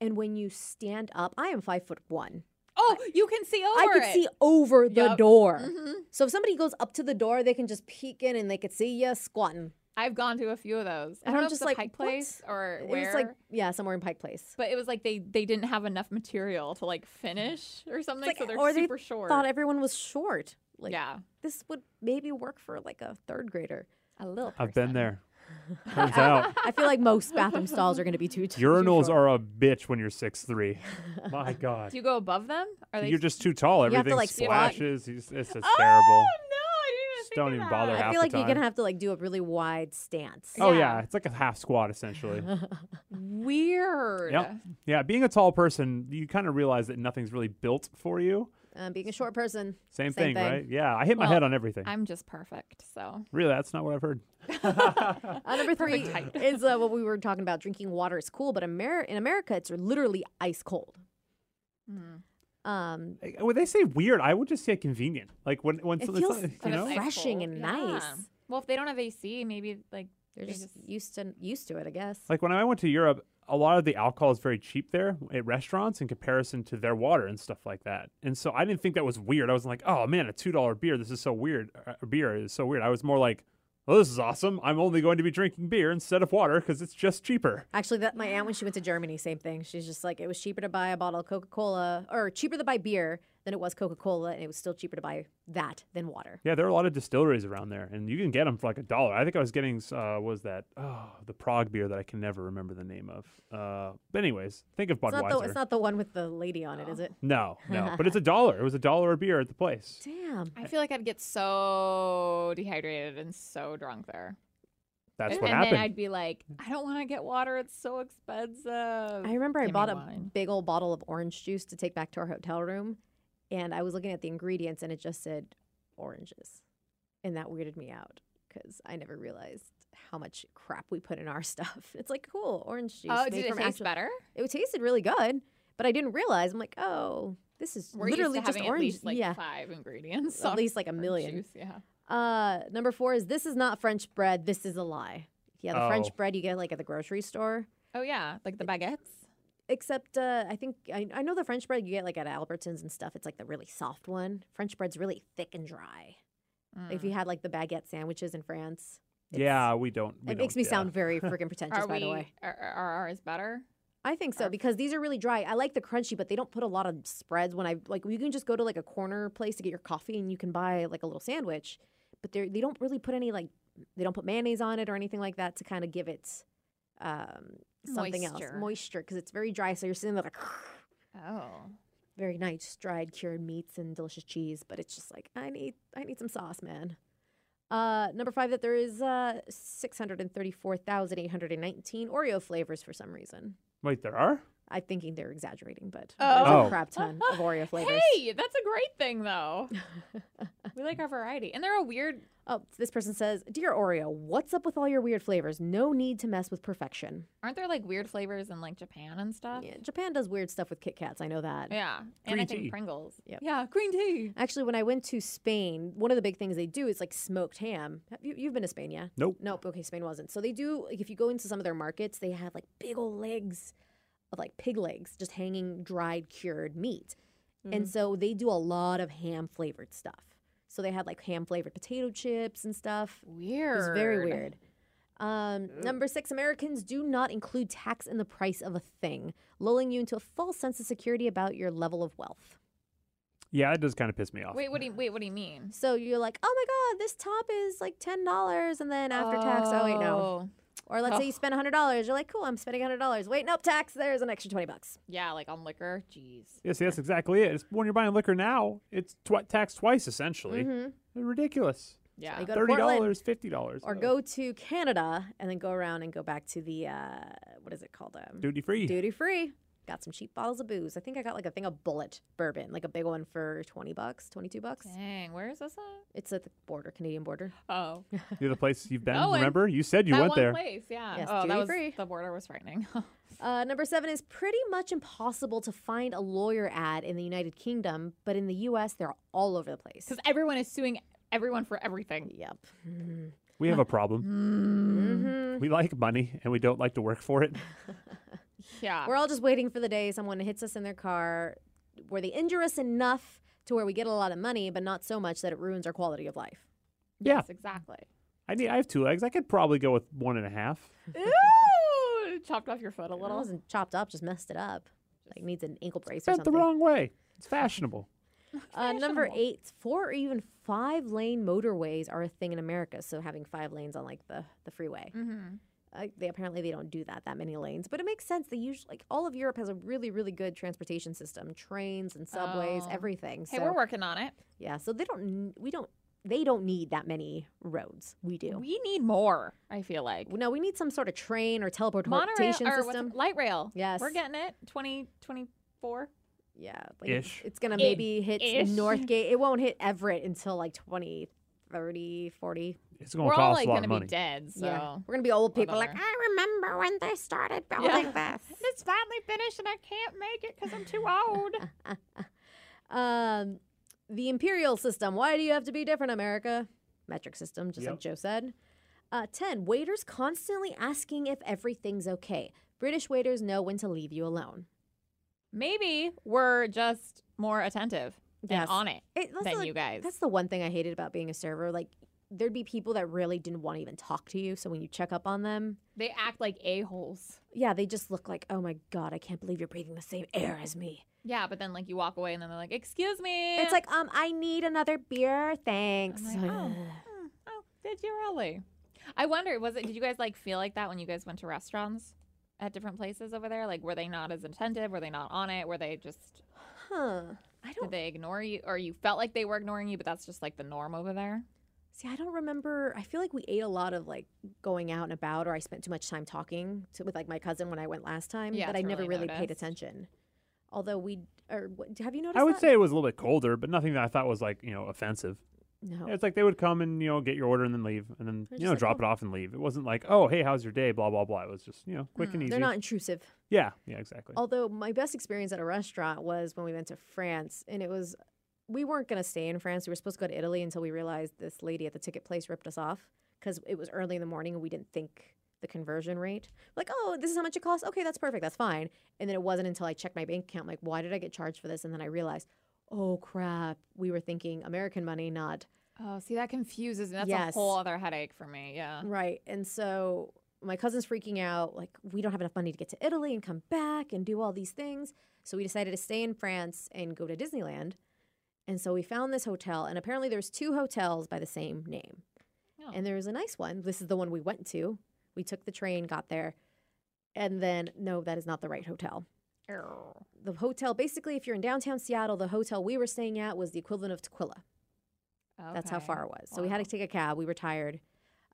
S1: And when you stand up, I am five foot one.
S3: Oh, you can see over
S1: I could
S3: it.
S1: see over the
S3: Yup.
S1: door.
S3: hmm
S1: So if somebody goes up to the door, they can just peek in and they could see you squatting.
S3: I've gone to a few of those.
S1: And
S3: I don't
S1: I'm
S3: know if it's
S1: just
S3: the
S1: like,
S3: Pike
S1: what?
S3: Place or
S1: It
S3: where.
S1: was like, yeah, somewhere in Pike Place.
S3: but it was like they they didn't have enough material to like finish or something,
S1: like-
S3: so they're
S1: or they
S3: super short.
S1: Thought everyone was short. Like,
S3: yeah,
S1: this would maybe work for like a third grader.
S3: a little.
S2: I've been there. Turns out
S1: I feel like most bathroom stalls are going to be too. too
S2: urinals
S1: short.
S2: are a bitch when you're six three. My God.
S3: Do you go above them? Are they?
S2: You're just too tall.
S1: You have
S2: Everything
S1: to, like, squat.
S2: splashes. It's, it's just
S3: oh
S2: terrible. Just
S3: no! I
S2: don't
S3: didn't even.
S2: even
S3: think of
S2: bother
S3: that.
S2: half
S1: I feel
S2: the
S1: like you're gonna
S2: time.
S1: have to like do a really wide stance.
S2: Oh
S3: Yeah.
S2: yeah, it's like a half squat essentially.
S3: Weird.
S2: Yep. yeah, being a tall person, you kind of realize that nothing's really built for you.
S1: Um, being a short person.
S2: Same,
S1: Same
S2: thing,
S1: thing.
S2: right? Yeah, I hit my
S3: Well,
S2: head on everything.
S3: I'm just perfect, so
S2: Really, that's not what I've heard.
S1: Uh, number three
S3: Perfect
S1: is uh, what we were talking about. Drinking water is cool, but Amer- in America, it's literally ice cold.
S3: mm.
S1: Um,
S2: Like, When they say weird, I would just say convenient. Like when when
S1: It
S2: so-
S1: feels-
S2: you
S1: but it's
S2: know,
S1: like- Refreshing and nice.
S3: Well, if they don't have AC, maybe like
S1: they're
S3: They
S1: just,
S3: just-
S1: used to used to it, I guess.
S2: like when I went to Europe, a lot of the alcohol is very cheap there at restaurants in comparison to their water and stuff like that. And so I didn't think that was weird. I was like, oh man, a two dollar beer. This is so weird. Uh, beer is so weird. I was more like. Well, this is awesome. I'm only going to be drinking beer instead of water because it's just cheaper.
S1: Actually, that my aunt when she went to Germany, same thing. She's just like it was cheaper to buy a bottle of Coca Cola or cheaper to buy beer than it was Coca Cola, and it was still cheaper to buy that than water.
S2: Yeah, there are a lot of distilleries around there, and you can get them for like a dollar. I think I was getting uh, what was that? Oh, the Prague beer that I can never remember the name of. Uh, but anyways, think of
S1: It's
S2: Budweiser. Oh.
S1: not, the, it's not the one with the lady on it, is it?
S2: no, no, but it's a dollar. It was a dollar a beer at the place.
S1: Damn.
S3: I feel like I'd get so dehydrated and so drunk there.
S2: That's
S3: and
S2: what
S3: and
S2: happened.
S3: then I'd be like, I don't want to get water. It's so expensive.
S1: I remember I
S3: Give me
S1: bought a
S3: wine.
S1: big old bottle of orange juice to take back to our hotel room, and I was looking at the ingredients, and it just said oranges, and that weirded me out because I never realized how much crap we put in our stuff. It's like cool orange juice.
S3: oh,
S1: made
S3: did it
S1: from
S3: taste
S1: actual-
S3: better?
S1: It tasted really good, but I didn't realize. I'm like, oh, this is
S3: We're
S1: literally
S3: used to
S1: just
S3: having
S1: orange.
S3: at least like
S1: yeah,
S3: five ingredients.
S1: at least like a
S3: orange
S1: million.
S3: Juice, yeah.
S1: Uh, number four is this is not French bread. This is a lie. Yeah, the
S2: Oh.
S1: French bread you get like at the grocery store.
S3: Oh yeah, like the baguettes.
S1: Except uh, I think I, I know the French bread you get like at Albertsons and stuff. It's like the really soft one. French bread's really thick and dry. If
S3: Mm.
S1: you had like the baguette sandwiches in France, it's-
S2: yeah, we don't. we
S1: it makes
S2: don't-
S1: me
S2: yeah.
S1: sound very freaking pretentious.
S3: are
S1: by
S3: we,
S1: the way,
S3: Are, are are ours better?
S1: I think so
S3: are-
S1: because these are really dry. I like the crunchy, but they don't put a lot of spreads. When I like, you can just go to like a corner place to get your coffee, and you can buy like a little sandwich, but they they don't really put any like they don't put mayonnaise on it or anything like that to kind of give it um, something else
S3: Moisture.
S1: moisture because it's very dry. So you're sitting there like.
S3: Oh.
S1: very nice dried cured meats and delicious cheese, but it's just like I need I need some sauce, man. Uh, number five that there is uh, six hundred and thirty four thousand eight hundred and nineteen Oreo flavors for some reason.
S2: Wait, there are.
S1: I'm thinking they're exaggerating, but there's
S2: Oh.
S1: a crap ton of Oreo flavors.
S3: Hey, that's a great thing though. we like our variety, and they're a weird.
S1: Oh, this person says, "Dear Oreo, what's up with all your weird flavors? No need to mess with perfection.
S3: Aren't there like weird flavors in like Japan and stuff?
S1: Yeah, Japan does weird stuff with Kit Kats. I know that.
S3: Yeah. And I
S2: Green
S3: think
S2: tea.
S3: Pringles.
S1: Yep.
S3: Yeah, green tea.
S1: Actually, when I went to Spain, one of the big things they do is like smoked ham. Have you, you've been to Spain, yeah?
S2: Nope.
S1: Nope. Okay, Spain wasn't. So they do. Like, if you go into some of their markets, they have like big old legs of like pig legs, just hanging dried cured meat, and so they do a lot of ham flavored stuff. So they had like ham flavored potato chips and stuff. It
S3: Weird.
S1: was very weird. Um, number six, Americans do not include tax in the price of a thing, lulling you into a false sense of security about your level of wealth.
S2: Yeah, it does kind of piss me off.
S3: Wait, what do you wait? What do you mean?
S1: So you're like, oh my god, this top is like ten dollars, and then after tax, oh wait, no.
S3: Oh.
S1: Or let's say
S3: Oh.
S1: you spend hundred dollars, you're like, cool, I'm spending hundred dollars. Wait, nope, tax. There's an extra twenty bucks.
S3: Yeah, like on liquor. Jeez.
S2: Yeah, see, that's exactly it. It's when you're buying liquor now, it's twi- taxed twice essentially.
S3: Mm-hmm.
S1: Mhm.
S2: Ridiculous.
S3: Yeah.
S1: you go to
S2: Thirty
S1: Portland,
S2: dollars, fifty dollars, Oh,
S1: or go to Canada and then go around and go back to the uh, what is it called? Um,
S2: duty free.
S1: duty free. Got some cheap bottles of booze. I think I got like a thing of Bullet bourbon, like a big one for twenty bucks, twenty two bucks.
S3: Dang, where is this at?
S1: It's at the border, Canadian border.
S3: Oh,
S2: You're the place you've been.
S3: Going.
S2: Remember, you said you
S3: Oh, that
S2: went
S3: one
S2: there.
S3: place. Yeah.
S1: Yes,
S3: oh, that was
S1: duty-free.
S3: the border was frightening.
S1: Uh, number seven is pretty much impossible to find a lawyer ad in the United Kingdom, but in the U.S. they're all over the place.
S3: Because everyone is suing everyone for everything. Mm.
S1: Yep. Mhm.
S2: We have a
S3: Mm-hmm.
S2: problem.
S1: Mhm.
S2: We like money and we don't like to work for it.
S3: Yeah.
S1: We're all just waiting for the day someone hits us in their car where they injure us enough to where we get a lot of money, but not so much that it ruins our quality of life.
S2: Yeah.
S3: Yes, exactly.
S2: I need. I have two legs. I could probably go with one and a half.
S3: Ooh, chopped off your foot a
S1: Well, it
S3: little.
S1: wasn't chopped up, just messed it up. Like needs an ankle brace or
S2: Bent the
S1: something.
S2: wrong way. It's fashionable.
S1: uh, number
S3: fashionable.
S1: eight, four or even five lane motorways are a thing in America. So having five lanes on like the, the freeway.
S3: Mm-hmm.
S1: uh, they apparently they don't do that that many lanes, but it makes sense. They usually like all of Europe has a really really good transportation system, trains and subways,
S3: Oh.
S1: everything.
S3: Hey,
S1: so
S3: we're working on it.
S1: yeah, so they don't n- we don't they don't need that many roads. We do.
S3: We need more. I feel like
S1: no, we need some sort of train or teleportation
S3: monorail or what's
S1: system.
S3: it- light rail.
S1: Yes.
S3: we're getting it. Twenty twenty four.
S1: Yeah, like it's-
S2: Ish.
S1: It's, gonna
S3: Ish.
S1: maybe hit
S3: Ish.
S1: Northgate. It won't hit Everett until like 20, 30, 40.
S2: It's going
S3: We're
S2: to
S3: all
S2: cost
S3: like
S2: a lot
S3: gonna
S2: of money.
S3: be dead. So
S1: yeah, we're gonna be old people. Like
S3: Whatever.
S1: I remember when they started building this.
S3: it's finally finished, and I can't make it because I'm too old.
S1: Um, the imperial system. Why do you have to be different, America? Metric system, just like
S2: Yep.
S1: Joe said. Uh, 10. Waiters constantly asking if everything's okay. British waiters know when to leave you alone.
S3: Maybe we're just more attentive
S1: Yes.
S3: and on it.
S1: It- that's
S3: Than
S1: the-
S3: you guys.
S1: That's the one thing I hated about being a server. Like, there'd be people that really didn't want to even talk to you. So when you check up on them,
S3: They act like a holes.
S1: yeah, they just look like, oh my God, I can't believe you're breathing the same air as me.
S3: Yeah, but then like you walk away, and then they're like, "Excuse me."
S1: It's like, um, I need another beer. Thanks.
S3: I'm like, oh, hmm, oh, did you really? I wonder, was it? Did you guys like feel like that when you guys went to restaurants at different places over there? Like, were they not as attentive? Were they not on it? Were they just?
S1: huh. I don't
S3: Did they ignore you, or you felt like they were ignoring you? But that's just like the norm over there.
S1: See, I don't remember. I feel like we ate a lot of like going out and about, or I spent too much time talking to, with like my cousin when I went last time.
S3: Yeah,
S1: that
S3: to
S1: I never
S3: really
S1: really paid
S3: notice.
S1: attention. Although we, or what, have you noticed?
S2: I would
S1: that?
S2: say it was a little bit colder, but nothing that I thought was like you know offensive.
S1: no.
S2: It's like they would come and you know get your order and then leave, and then
S1: They're
S2: you
S1: just
S2: know
S1: like,
S2: drop
S1: "Oh."
S2: it off and leave. It wasn't like oh hey how's your day blah blah blah. It was just you know quick and easy.
S1: Hmm. They're not intrusive.
S2: Yeah, yeah, exactly.
S1: Although my best experience at a restaurant was when we went to France, and it was we weren't going to stay in France. We were supposed to go to Italy until we realized this lady at the ticket place ripped us off because it was early in the morning and we didn't think the conversion rate. Like, oh, this is how much it costs. Okay, that's perfect. That's fine. And then it wasn't until I checked my bank account, like, why did I get charged for this? And then I realized, oh crap, we were thinking American money, not
S3: Oh, see, that confuses me. That's
S1: Yes. Mm.
S3: a whole other headache for me. Yeah.
S1: Right. And so my cousin's freaking out, like, we don't have enough money to get to Italy and come back and do all these things. So we decided to stay in France and go to Disneyland. And so we found this hotel, and apparently there's two hotels by the same name.
S3: Oh.
S1: And there was a nice one. This is the one we went to. We took the train, got there, and then no, that is not the right hotel.
S3: Err.
S1: The hotel, basically, if you're in downtown Seattle, the hotel we were staying at was the equivalent of Tequila. That's how
S3: Okay.
S1: far it was. So we had
S3: Wow.
S1: to take a cab. We were tired.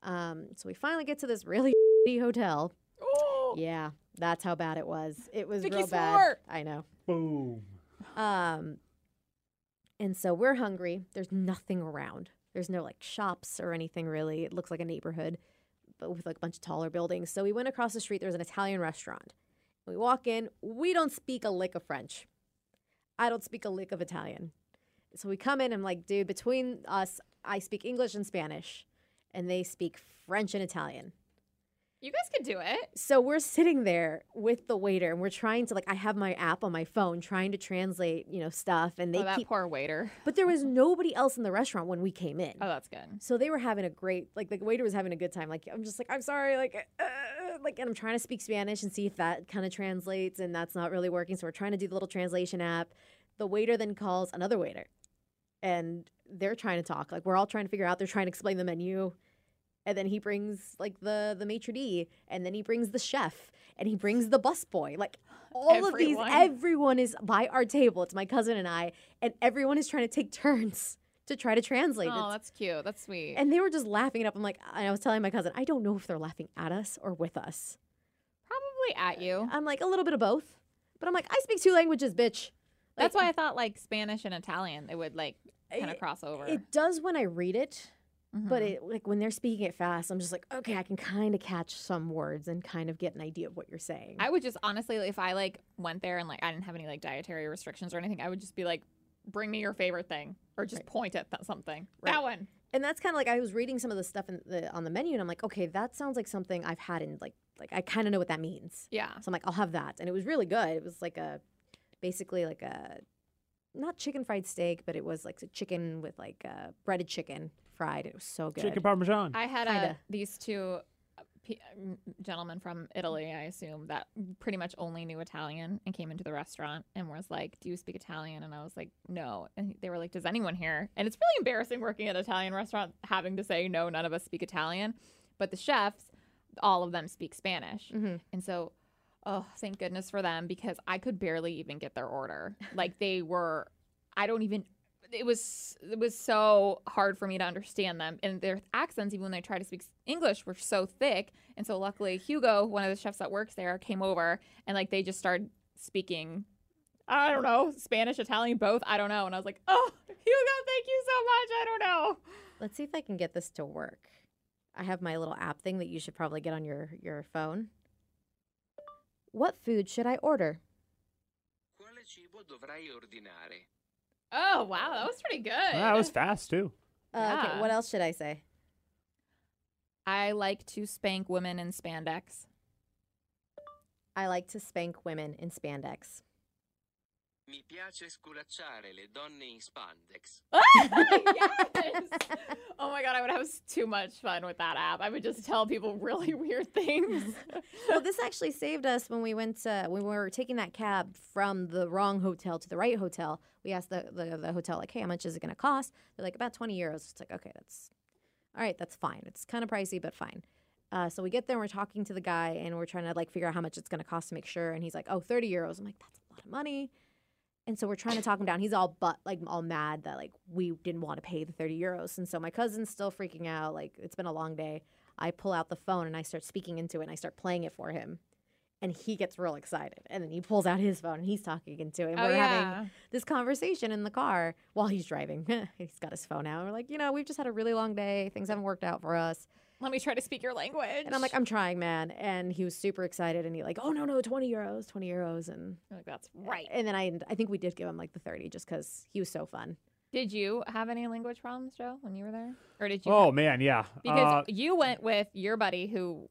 S1: Um, so we finally get to this really shitty hotel.
S3: Oh,
S1: Yeah, that's how bad it was. It was
S3: Vicky
S1: real bad.
S3: swore.
S1: I know.
S2: Boom.
S1: Um, and so we're hungry. There's nothing around. There's no like shops or anything really. It looks like a neighborhood, but with like a bunch of taller buildings. So we went across the street. There was an Italian restaurant. We walk in. We don't speak a lick of French. I don't speak a lick of Italian. So we come in. I'm like, dude, between us, I speak English and Spanish, and they speak French and Italian
S3: you guys could do it.
S1: so we're sitting there with the waiter and we're trying to like i have my app on my phone trying to translate you know stuff and they
S3: oh, that
S1: keep
S3: poor waiter.
S1: but there was nobody else in the restaurant when we came in
S3: Oh, that's good.
S1: so they were having a great like the waiter was having a good time like i'm just like i'm sorry like uh, like and i'm trying to speak spanish and see if that kind of translates and that's not really working so we're trying to do the little translation app the waiter then calls another waiter and they're trying to talk like we're all trying to figure out they're trying to explain the menu and then he brings like the the maitre d and then he brings the chef and he brings the busboy like all of these
S3: Everyone.
S1: everyone is by our table it's my cousin and i and everyone is trying to take turns to try to translate It's-
S3: Oh, that's cute. That's sweet.
S1: and they were just laughing it up. I'm like, and I was telling my cousin, I don't know if they're laughing at us or with us.
S3: Probably at you.
S1: I'm like, a little bit of both. But I'm like, I speak two languages, bitch.
S3: That's why I thought like Spanish and Italian, it would like kind of
S1: It-
S3: cross over.
S1: It does when I read it, but
S3: Mhm.
S1: it like when they're speaking it fast, I'm just like, okay, I can kind of catch some words and kind of get an idea of what you're saying.
S3: I would just honestly, if I like went there and like I didn't have any like dietary restrictions or anything, I would just be like, bring me your favorite thing or just point at that something. That
S1: Right.
S3: one.
S1: and that's kind of like I was reading some of the stuff in the on the menu, and I'm like, okay, that sounds like something I've had in like like I kind of know what that means.
S3: Yeah.
S1: So I'm like, I'll have that. And it was really good. It was like a basically like a not chicken fried steak, but it was like a chicken with like uh breaded chicken fried. It was so good.
S2: Chicken parmesan.
S3: I had uh
S1: Kinda.
S3: these two uh, pe- m- gentlemen from Italy, I assume, that pretty much only knew Italian and came into the restaurant and was like, Do you speak Italian? And I was like, No. And they were like, Does anyone here? And it's really embarrassing working at an Italian restaurant having to say, No, none of us speak Italian. But the chefs, all of them speak Spanish.
S1: Mhm.
S3: And so, oh, thank goodness for them because I could barely even get their order. Like they were, I don't even. It was it was so hard for me to understand them, and their accents, even when they tried to speak English, were so thick. And so, luckily, Hugo, one of the chefs that works there, came over, and like they just started speaking. I don't know Spanish, Italian, both. I don't know, and I was like, "Oh, Hugo, thank you so much." I don't know.
S1: Let's see if I can get this to work. I have my little app thing that you should probably get on your your phone. What food should I order?
S6: Quale cibo dovrai ordinare?
S3: Oh wow, that was pretty good.
S2: Ah, that was fast too.
S1: Uh,
S3: Yeah.
S1: Okay, what else should I say?
S3: I like to spank women in spandex.
S1: I like to spank women in spandex.
S6: Mi piace sculacciare le donne in spandex.
S3: yes! Oh my god, I would have s- too much fun with that app. I would just tell people really weird things.
S1: well, this actually saved us when we went to, when we were taking that cab from the wrong hotel to the right hotel. We asked the, the, the hotel, like, hey, how much is it going to cost? They're like, about 20 euros. It's like, okay, that's all right, that's fine. It's kind of pricey, but fine. Uh, so we get there and we're talking to the guy and we're trying to like figure out how much it's going to cost to make sure. And he's like, oh, 30 euros. I'm like, that's a lot of money. And so we're trying to talk him down. He's all but like all mad that like we didn't want to pay the 30 euros. And so my cousin's still freaking out. Like it's been a long day. I pull out the phone and I start speaking into it and I start playing it for him. And he gets real excited. And then he pulls out his phone and he's talking into it. And
S3: oh
S1: we're having
S3: yeah.
S1: this conversation in the car while he's driving. he's got his phone out. We're like, you know, we've just had a really long day. Things haven't worked out for us.
S3: Let me try to speak your language.
S1: And I'm like, I'm trying, man. And he was super excited. And he like, oh no, no, 20 euros, 20 euros, and
S3: I'm like that's right.
S1: And then I, I think we did give him like the 30 just because he was so fun.
S3: Did you have any language problems, Joe, when you were there? Or did you
S2: Oh man, yeah.
S3: Because
S2: Oh, Uh,
S3: you went with your buddy who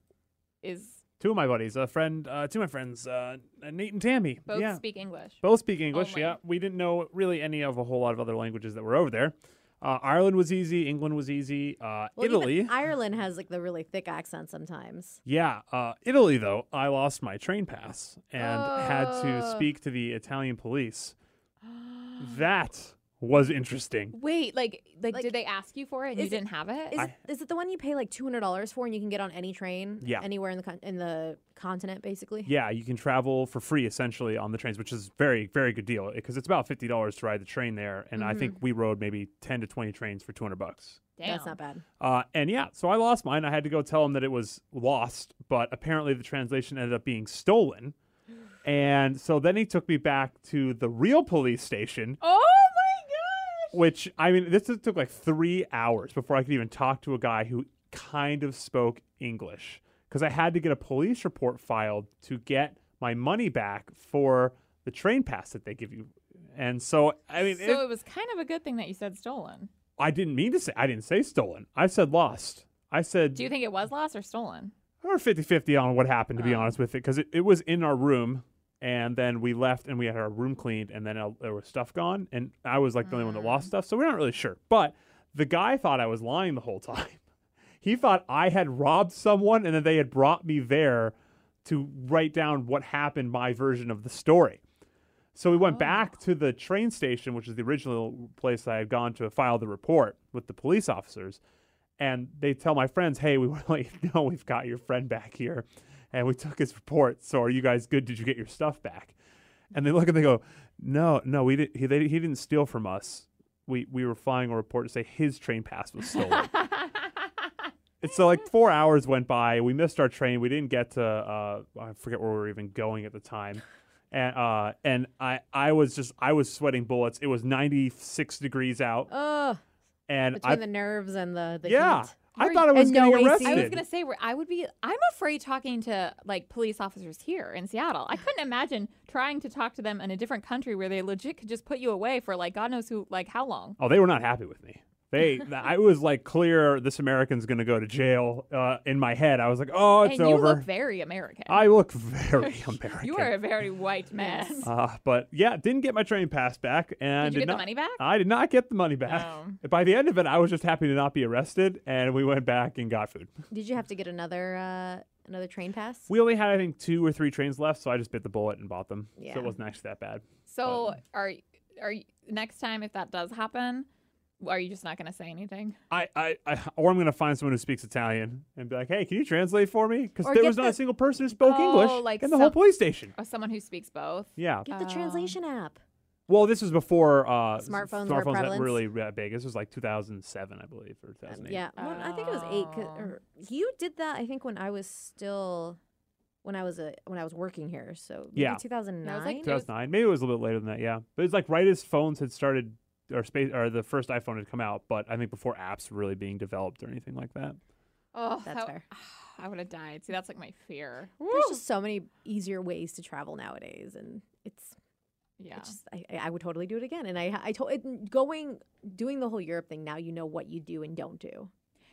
S3: is
S2: Two of my buddies, a friend, uh, two of my friends, uh, Nate and Tammy.
S3: both
S2: yeah.
S3: speak English.
S2: Both speak
S1: Oh,
S2: English.
S3: Only.
S2: Yeah, we didn't know really any of a whole lot of other languages that were over there. Uh, Ireland was easy. England was easy. Uh,
S1: Well, even
S2: Italy.
S1: Ireland has like the really thick accent sometimes.
S2: yeah, uh, Italy though. I lost my train pass and had to
S3: Oh.
S2: speak to the Italian police. That was interesting.
S3: Wait, like, like,
S1: Like,
S3: did they ask you for it and you
S1: is it-
S3: didn't have it?
S1: Is,
S2: I-
S1: it, is it the one you pay like two hundred dollars for and you can get on any train?
S2: Yeah.
S1: Anywhere in the con- in the continent, basically.
S2: Yeah, you can travel for free essentially on the trains, which is very very good deal because it's about fifty dollars to ride the train there, and I think we rode maybe ten to twenty trains for two hundred bucks.
S3: Damn.
S1: That's not bad.
S2: Uh, and yeah, so I lost mine. I had to go tell them that it was lost, but apparently the translation ended up being stolen. And so then he took me back to the real police station,
S3: Oh my gosh!
S2: which I mean, this took like three hours before I could even talk to a guy who kind of spoke English because I had to get a police report filed to get my money back for the train pass that they give you. And so, I mean,
S3: so
S2: it-
S3: it, was kind of a good thing that you said stolen.
S2: I didn't mean to say, I didn't say stolen. I said lost. I said,
S3: Do you think it was lost or stolen?
S2: We're 50 50 on what happened, to be
S3: Oh.
S2: honest with it, because it, it was in our room. And then we left and we had our room cleaned, and then uh, there was stuff gone. And I was like the only one that lost stuff. So we're not really sure. But the guy thought I was lying the whole time. he thought I had robbed someone and that they had brought me there to write down what happened, my version of the story. So we went back to the train station, which is the original place I had gone to file the report with the police officers. And they tell my friends, hey, we want to let you know we've got your friend back here. And we took his report. So are you guys good? Did you get your stuff back? And they look and they go, no, no, we didn't. He, they, he didn't steal from us. We, we were filing a report to say his train pass was stolen. And so like four hours went by. We missed our train. We didn't get to. Uh, I forget where we were even going at the time. And uh, and I I was just I was sweating bullets. It was 96 degrees out,
S1: Oh,
S2: and
S1: between
S2: I
S1: the nerves and the, the
S2: yeah
S1: heat.
S2: I
S3: Were
S2: thought I
S1: you-
S2: was
S1: and
S2: getting
S1: no AC?
S2: arrested.
S3: I was gonna say where I would be. I'm afraid talking to like police officers here in Seattle. I couldn't imagine trying to talk to them in a different country where they legit could just put you away for like God knows who, like how long.
S2: Oh, they were not happy with me. They, I was like clear. This American's gonna go to jail. Uh, in my head, I was like, oh, it's
S3: and you
S2: over.
S3: look very American.
S2: I look very American.
S3: you are a very white man.
S1: Yes.
S2: Uh, but yeah, didn't get my train pass back, and
S3: Did you
S2: did
S3: get the
S2: not-
S3: money back?
S2: I did not get the money back.
S3: Oh.
S2: By the end of it, I was just happy to not be arrested, and we went back and got food.
S1: Did you have to get another uh, another train pass?
S2: We only had I think two or three trains left, so I just bit the bullet and bought them. So
S1: Yeah.
S2: it wasn't actually that bad.
S3: so are are you, next time if that does happen, are you just not gonna say anything?
S2: I, I, I or I'm gonna find someone who speaks Italian and be like, hey, can you translate for me? Because
S1: Or
S2: there
S1: get
S2: was not a
S1: the-
S2: single person who spoke
S3: Oh,
S2: English
S3: like
S2: in the whole
S3: some-
S2: police station.
S3: Or Oh, someone who speaks both?
S2: Yeah.
S1: Get the
S3: Oh.
S1: translation app.
S2: Well, this was before uh, s-
S1: Smartphones were
S2: smartphones got
S1: prevalent.
S2: really uh, big. This was like 2007, I believe, or 2008.
S1: Um, Yeah, well, I think it was eight. 'cause-
S3: Oh.
S1: or- you did that, I think, when I was still when I was a when I was working here. So maybe
S2: Yeah.
S1: 2009.
S3: It was-
S2: 2009. Maybe it was a little bit later than that. Yeah, but it's like right as phones had started, or space, or the first iPhone had come out. But I think before apps were really being developed or anything like that.
S3: Oh,
S1: That's
S3: that-
S1: fair.
S3: I would have died. See, that's like my fear.
S1: There's just so many easier ways to travel nowadays, and it's
S3: yeah.
S1: it's just I, I would totally do it again. And I I told it, going doing the whole Europe thing now. You know what you do and don't do.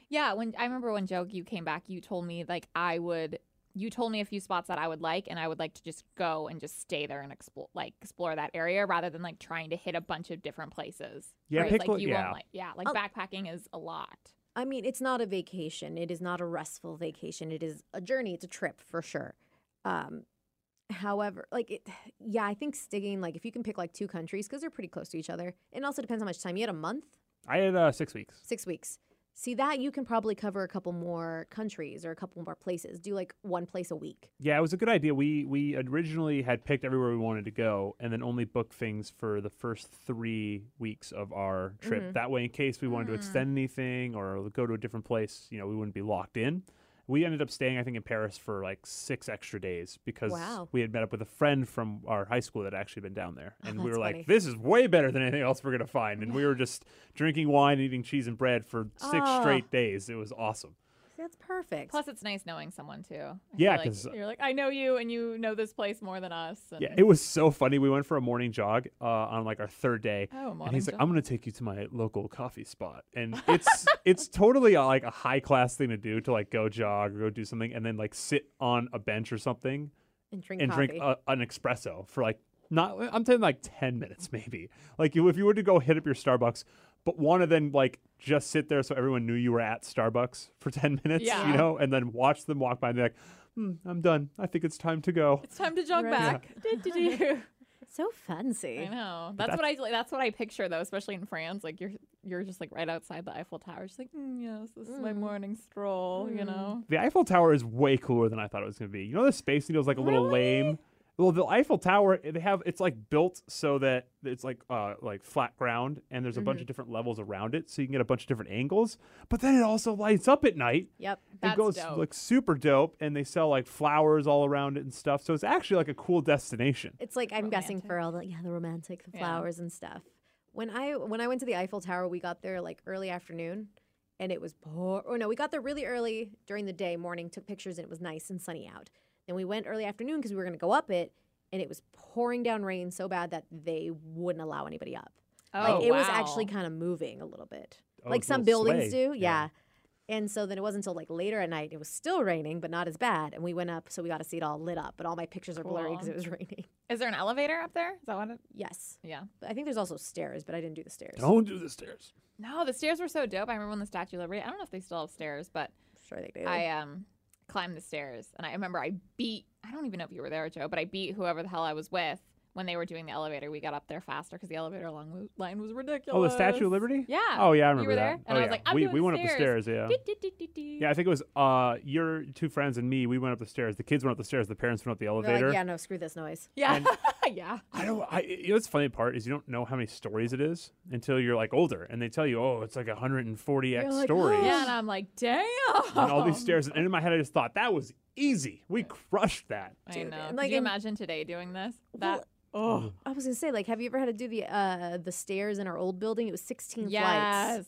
S3: Yeah, when I remember when Joe you came back, you told me like I would you told me a few spots that I would like and I would like to just go and just stay there and explore like explore that area rather than like trying to hit a bunch of different places.
S2: Yeah,
S3: right?
S2: pick
S3: like
S2: what-
S3: you
S2: yeah.
S3: won't like yeah, like
S1: Um,
S3: backpacking is a lot.
S1: I mean, it's not a vacation. It is not a restful vacation. It is a journey. It's a trip for sure. Um, however, like it, yeah, I think sticking like if you can pick like two countries because they're pretty close to each other. It also depends how much time you had a month,
S2: I had uh, six weeks.
S1: six weeks. See that you can probably cover a couple more countries or a couple more places. Do like one place a week.
S2: Yeah, it was a good idea. We we originally had picked everywhere we wanted to go, and then only booked things for the first three weeks of our trip.
S1: Mhm.
S2: That way, in case we wanted to extend anything or go to a different place, you know, we wouldn't be locked in. We ended up staying, I think, in Paris for like six extra days because
S1: Wow.
S2: we had met up with a friend from our high school that had actually been down there, and we
S1: Oh, that's
S2: were
S1: funny.
S2: like, "This is way better than anything else we're gonna find." And we were just drinking wine, and eating cheese and bread for six
S1: Ah.
S2: straight days. It was awesome.
S1: That's perfect.
S3: Plus, it's nice knowing someone too. I
S2: Yeah,
S3: feel
S2: 'cause- uh,
S3: like you're like, I know you, and you know this place more than us. And,
S2: Yeah, it was so funny. We went for a morning jog uh, on like our third day.
S3: Oh,
S2: and he's like,
S3: morning
S2: "I'm gonna take you to my local coffee spot," and it's it's totally uh, like a high class thing to do to like go jog or go do something, and then like sit on a bench or something
S1: and drink
S2: and
S1: coffee.
S2: drink a, an espresso for like not I'm saying like ten minutes maybe. Like you, if you were to go hit up your Starbucks, but want to then like just sit there so everyone knew you were at Starbucks for ten minutes,
S3: Yeah.
S2: you know, and then watch them walk by and be like, hmm, "I'm done. I think it's time to go."
S3: it's time to jog
S1: Right.
S3: back. Do-do-do.
S1: so fancy.
S3: I know. That's, what I like, that's what I picture though, especially in France. Like you're you're just like right outside the Eiffel Tower. Just like, mm, yes, this is my morning stroll. You know.
S2: The Eiffel Tower is way cooler than I thought it was going to be. You know, the Space Needle is like a little lame. Well, the Eiffel Tower, they have it's like built so that it's like uh like flat ground, and there's a
S3: Mm-hmm.
S2: bunch of different levels around it, so you can get a bunch of different angles. But then it also lights up at night.
S1: Yep.
S2: It
S3: That's
S2: goes
S3: dope.
S2: like super dope, and they sell like flowers all around it and stuff. So it's actually like a cool destination.
S1: It's like I'm guessing for all the yeah, the romantic, the
S3: Yeah.
S1: flowers and stuff. When I when I went to the Eiffel Tower, we got there like early afternoon and it was poor or no, we got there really early during the day, morning, took pictures and it was nice and sunny out. Then we went early afternoon because we were gonna go up it and it was pouring down rain so bad that they wouldn't allow anybody up.
S3: Oh,
S1: like it was actually
S3: wow.
S1: kind of moving a little bit.
S2: Oh,
S1: like
S2: it's a
S1: some
S2: little
S1: buildings
S2: sway.
S1: do, yeah.
S2: Yeah.
S1: And so then it wasn't until like later at night. It was still raining, but not as bad. And we went up, so we got to see it all lit up. But all my pictures are blurry because
S3: Cool.
S1: it was raining.
S3: Is there an elevator up there? Is that what? It,
S1: Yes.
S3: yeah.
S1: But I think there's also stairs, but I didn't do the stairs.
S2: Don't do the stairs.
S3: No, the stairs were so dope. I remember when the Statue of Liberty. I don't know if they still have stairs, but
S1: I'm sure they do.
S3: I um climbed the stairs and I remember I beat I don't even know if you were there, Joe, but I beat whoever the hell I was with when they were doing the elevator. We got up there faster because the elevator along the line was ridiculous.
S2: Oh, the Statue of Liberty.
S3: Yeah.
S2: Oh yeah, I
S3: You
S2: remember
S3: were
S2: that.
S3: there?
S2: Oh
S3: And I was
S2: yeah,
S3: like, I'm
S2: we
S3: doing
S2: we went up the
S3: stairs.
S2: stairs. Yeah.
S3: Yeah.
S2: Yeah, I think it was uh, your two friends and me. We went up the stairs. The kids went up the stairs. The parents went up the
S1: They're
S2: elevator.
S1: like, yeah, no, screw this noise.
S3: Yeah. yeah.
S2: I don't. I, you know, what's the funny part is you don't know how many stories it is until you're like older, and they tell you, oh, it's like 140 x
S1: You're like, "Oh,
S2: stories.
S3: Yeah, and I'm like, damn.
S2: And all these stairs, and in my head, I just thought that was easy. We crushed that.
S3: I
S1: Dude,
S3: know.
S1: and
S3: Could
S1: like
S3: you
S1: in-
S3: imagine today doing this?
S1: Well,
S3: That oh
S1: I was gonna say, like, have you ever had to do the uh the stairs in our old building? It was 16
S3: yes.
S1: flights.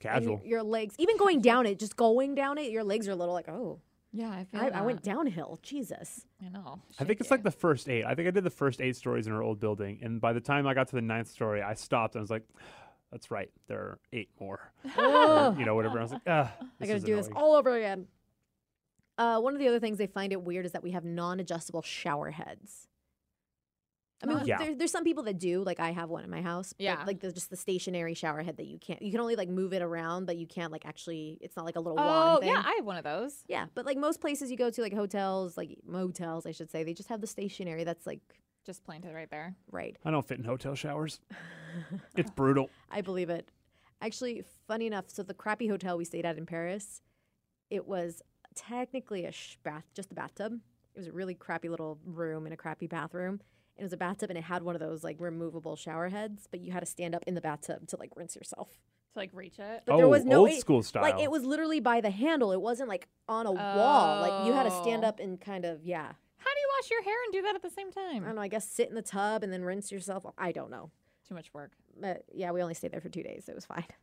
S1: And
S2: Casual.
S1: your legs, even going down it, just going down it, your legs are a little like, oh,
S3: Yeah, I feel
S1: I, I went
S3: that.
S1: downhill. Jesus.
S3: I know.
S2: I think it's like the first eight. I think I did the first eight stories in our old building, and by the time I got to the ninth story, I stopped. and I was like, that's right, there are eight more. Or, you know, whatever. I was like, ah,
S1: I
S2: this
S1: gotta
S2: is
S1: do this
S2: annoying."
S1: all over again. Uh, one of the other things they find it weird is that we have non-adjustable shower heads. I mean,
S2: Non- Yeah.
S1: there, there's some people that do. Like I have one in my house. but,
S3: Oh, Yeah.
S1: like there's just the stationary shower head that you can't. You can only like move it around, but you can't like actually. It's not like a little
S3: Oh
S1: wand thing.
S3: yeah, I have one of those.
S1: yeah, but like most places you go to, like hotels, like motels, I should say, they just have the stationary that's like
S3: Just planted right there.
S1: right.
S2: I don't fit in hotel showers. It's brutal.
S1: I believe it. Actually, funny enough, so the crappy hotel we stayed at in Paris, it was technically a sh- bath, just a bathtub. It was a really crappy little room in a crappy bathroom. It was a bathtub, and it had one of those like removable shower heads, but you had to stand up in the bathtub to like rinse yourself.
S3: To like reach it.
S1: But there
S2: Oh,
S1: was no
S2: old
S1: it-
S2: school style.
S1: Like it was literally by the handle. It wasn't like on a wall. Like you had to stand
S3: Oh.
S1: up and kind of yeah.
S3: How do you wash your hair and do that at the same
S1: I don't
S3: time?
S1: know. I guess sit in the tub and then rinse yourself. I don't know.
S3: Too much work.
S1: but yeah, we only stayed there for two days. So it was fine.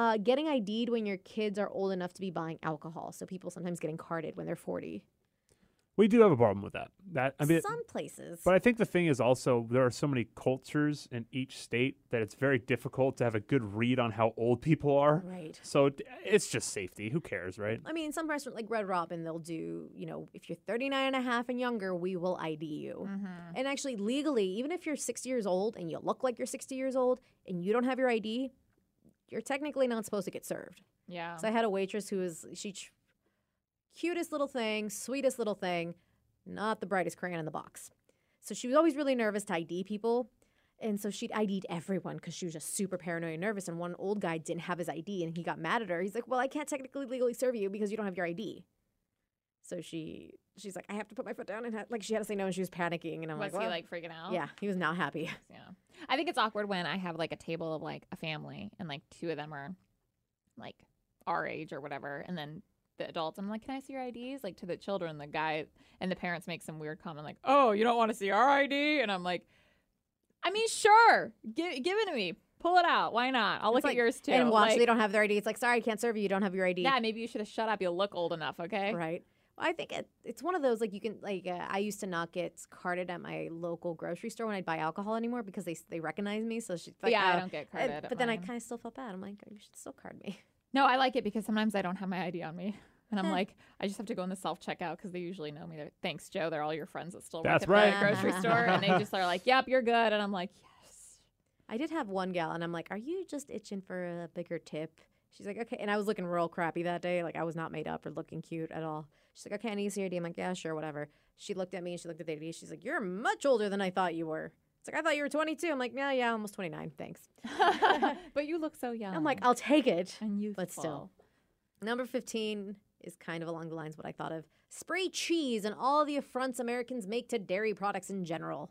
S1: Uh, getting ID'd when your kids are old enough to be buying alcohol. So people sometimes getting carded when they're 40.
S2: We do have a problem with that. That I mean,
S1: Some places.
S2: but I think the thing is also there are so many cultures in each state that it's very difficult to have a good read on how old people are.
S1: right.
S2: So d- it's just safety. Who cares, right?
S1: I mean, some restaurants like Red Robin, they'll do, you know, if you're 39 and a half and younger, we will ID you.
S2: Mm.
S3: Mm-hmm.
S1: And actually, legally, even if you're 60 years old and you look like you're 60 years old and you don't have your ID, you're technically not supposed to get served.
S3: Yeah.
S1: So I had a waitress who was she ch- cutest little thing, sweetest little thing, not the brightest crayon in the box. So she was always really nervous to ID people. And so she'd ID'd everyone because she was just super paranoid and nervous. And one old guy didn't have his ID and he got mad at her. He's like, Well, I can't technically legally serve you because you don't have your ID. So she she's like, I have to put my foot down and ha-. like she had to say no and she was panicking. And I'm like,
S3: Was he
S1: well,
S3: like "Oh." freaking out?
S1: Yeah, he was not happy.
S3: Yeah. I think it's awkward when I have like a table of like a family and like two of them are like our age or whatever. And then the adults, I'm like, can I see your IDs? Like to the children, the guy and the parents make some weird comment like, oh, you don't want to see our ID? And I'm like, I mean, sure, give, give it to me. Pull it out. Why not? I'll look
S1: It's like-
S3: at yours too.
S1: And watch,
S3: Like,
S1: they don't have their ID. It's like, sorry, I can't serve you. You don't have your ID.
S3: yeah, maybe you should have shut up. You look old enough, okay?
S1: Right. Well, I think it, it's one of those like you can like uh, I used to not get carded at my local grocery store when I'd buy alcohol anymore because they they recognize me. So she's like,
S3: yeah, I
S1: "Oh."
S3: don't get
S1: And-
S3: credit.
S1: but then I kind of still felt bad. I'm like, "Oh, you should still card me.
S3: No, I like it because sometimes I don't have my ID on me. And I'm like, I just have to go in the self checkout because they usually know me. They're, Thanks, Joe. They're all your friends that still
S2: That's
S3: work at
S1: right.
S3: the grocery store. And they just are like, yep, you're good. And I'm like, yes.
S1: I did have one gal, and I'm like, are you just itching for a bigger tip? She's like, okay. And I was looking real crappy that day. Like I was not made up or looking cute at all. She's like, okay, I need to see your ID. I'm like, yeah, sure, whatever. She looked at me and she looked at the ID. She's like, you're much older than I thought you were. It's like I thought you were 22. I'm like, yeah, yeah, almost 29. Thanks.
S3: but you look so young.
S1: I'm like, I'll take it.
S3: and youthful.
S1: but still. Number 15 is kind of along the lines of what I thought of. Spray cheese and all the affronts Americans make to dairy products in general.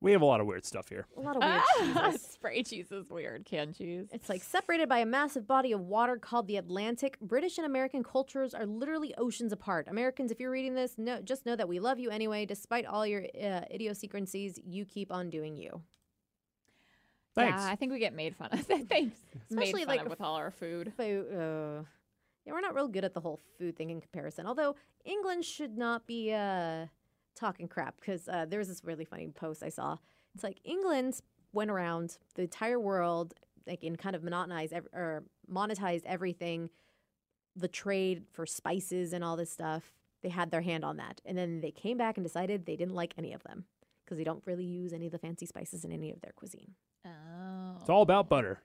S2: We have a lot of weird stuff here.
S1: A lot of weird
S3: Ah,
S1: cheeses.
S3: spray cheese is weird. Canned cheese.
S1: It's like separated by a massive body of water called the Atlantic. British and American cultures are literally oceans apart. Americans, if you're reading this, no, just know that we love you anyway. Despite all your uh, idiosyncrasies, you keep on doing you.
S2: Thanks.
S3: Yeah, I think we get made fun of. Thanks.
S1: Especially,
S3: made fun
S1: like,
S3: of with all our food.
S1: Food. Uh, yeah, we're not real good at the whole food thing in comparison. Although England should not be uh, talking crap because uh, there was this really funny post I saw. It's like England went around the entire world, like and kind of monetized ev- or monetized everything, the trade for spices and all this stuff. They had their hand on that, and then they came back and decided they didn't like any of them because they don't really use any of the fancy spices in any of their cuisine.
S3: Oh.
S2: It's all about butter.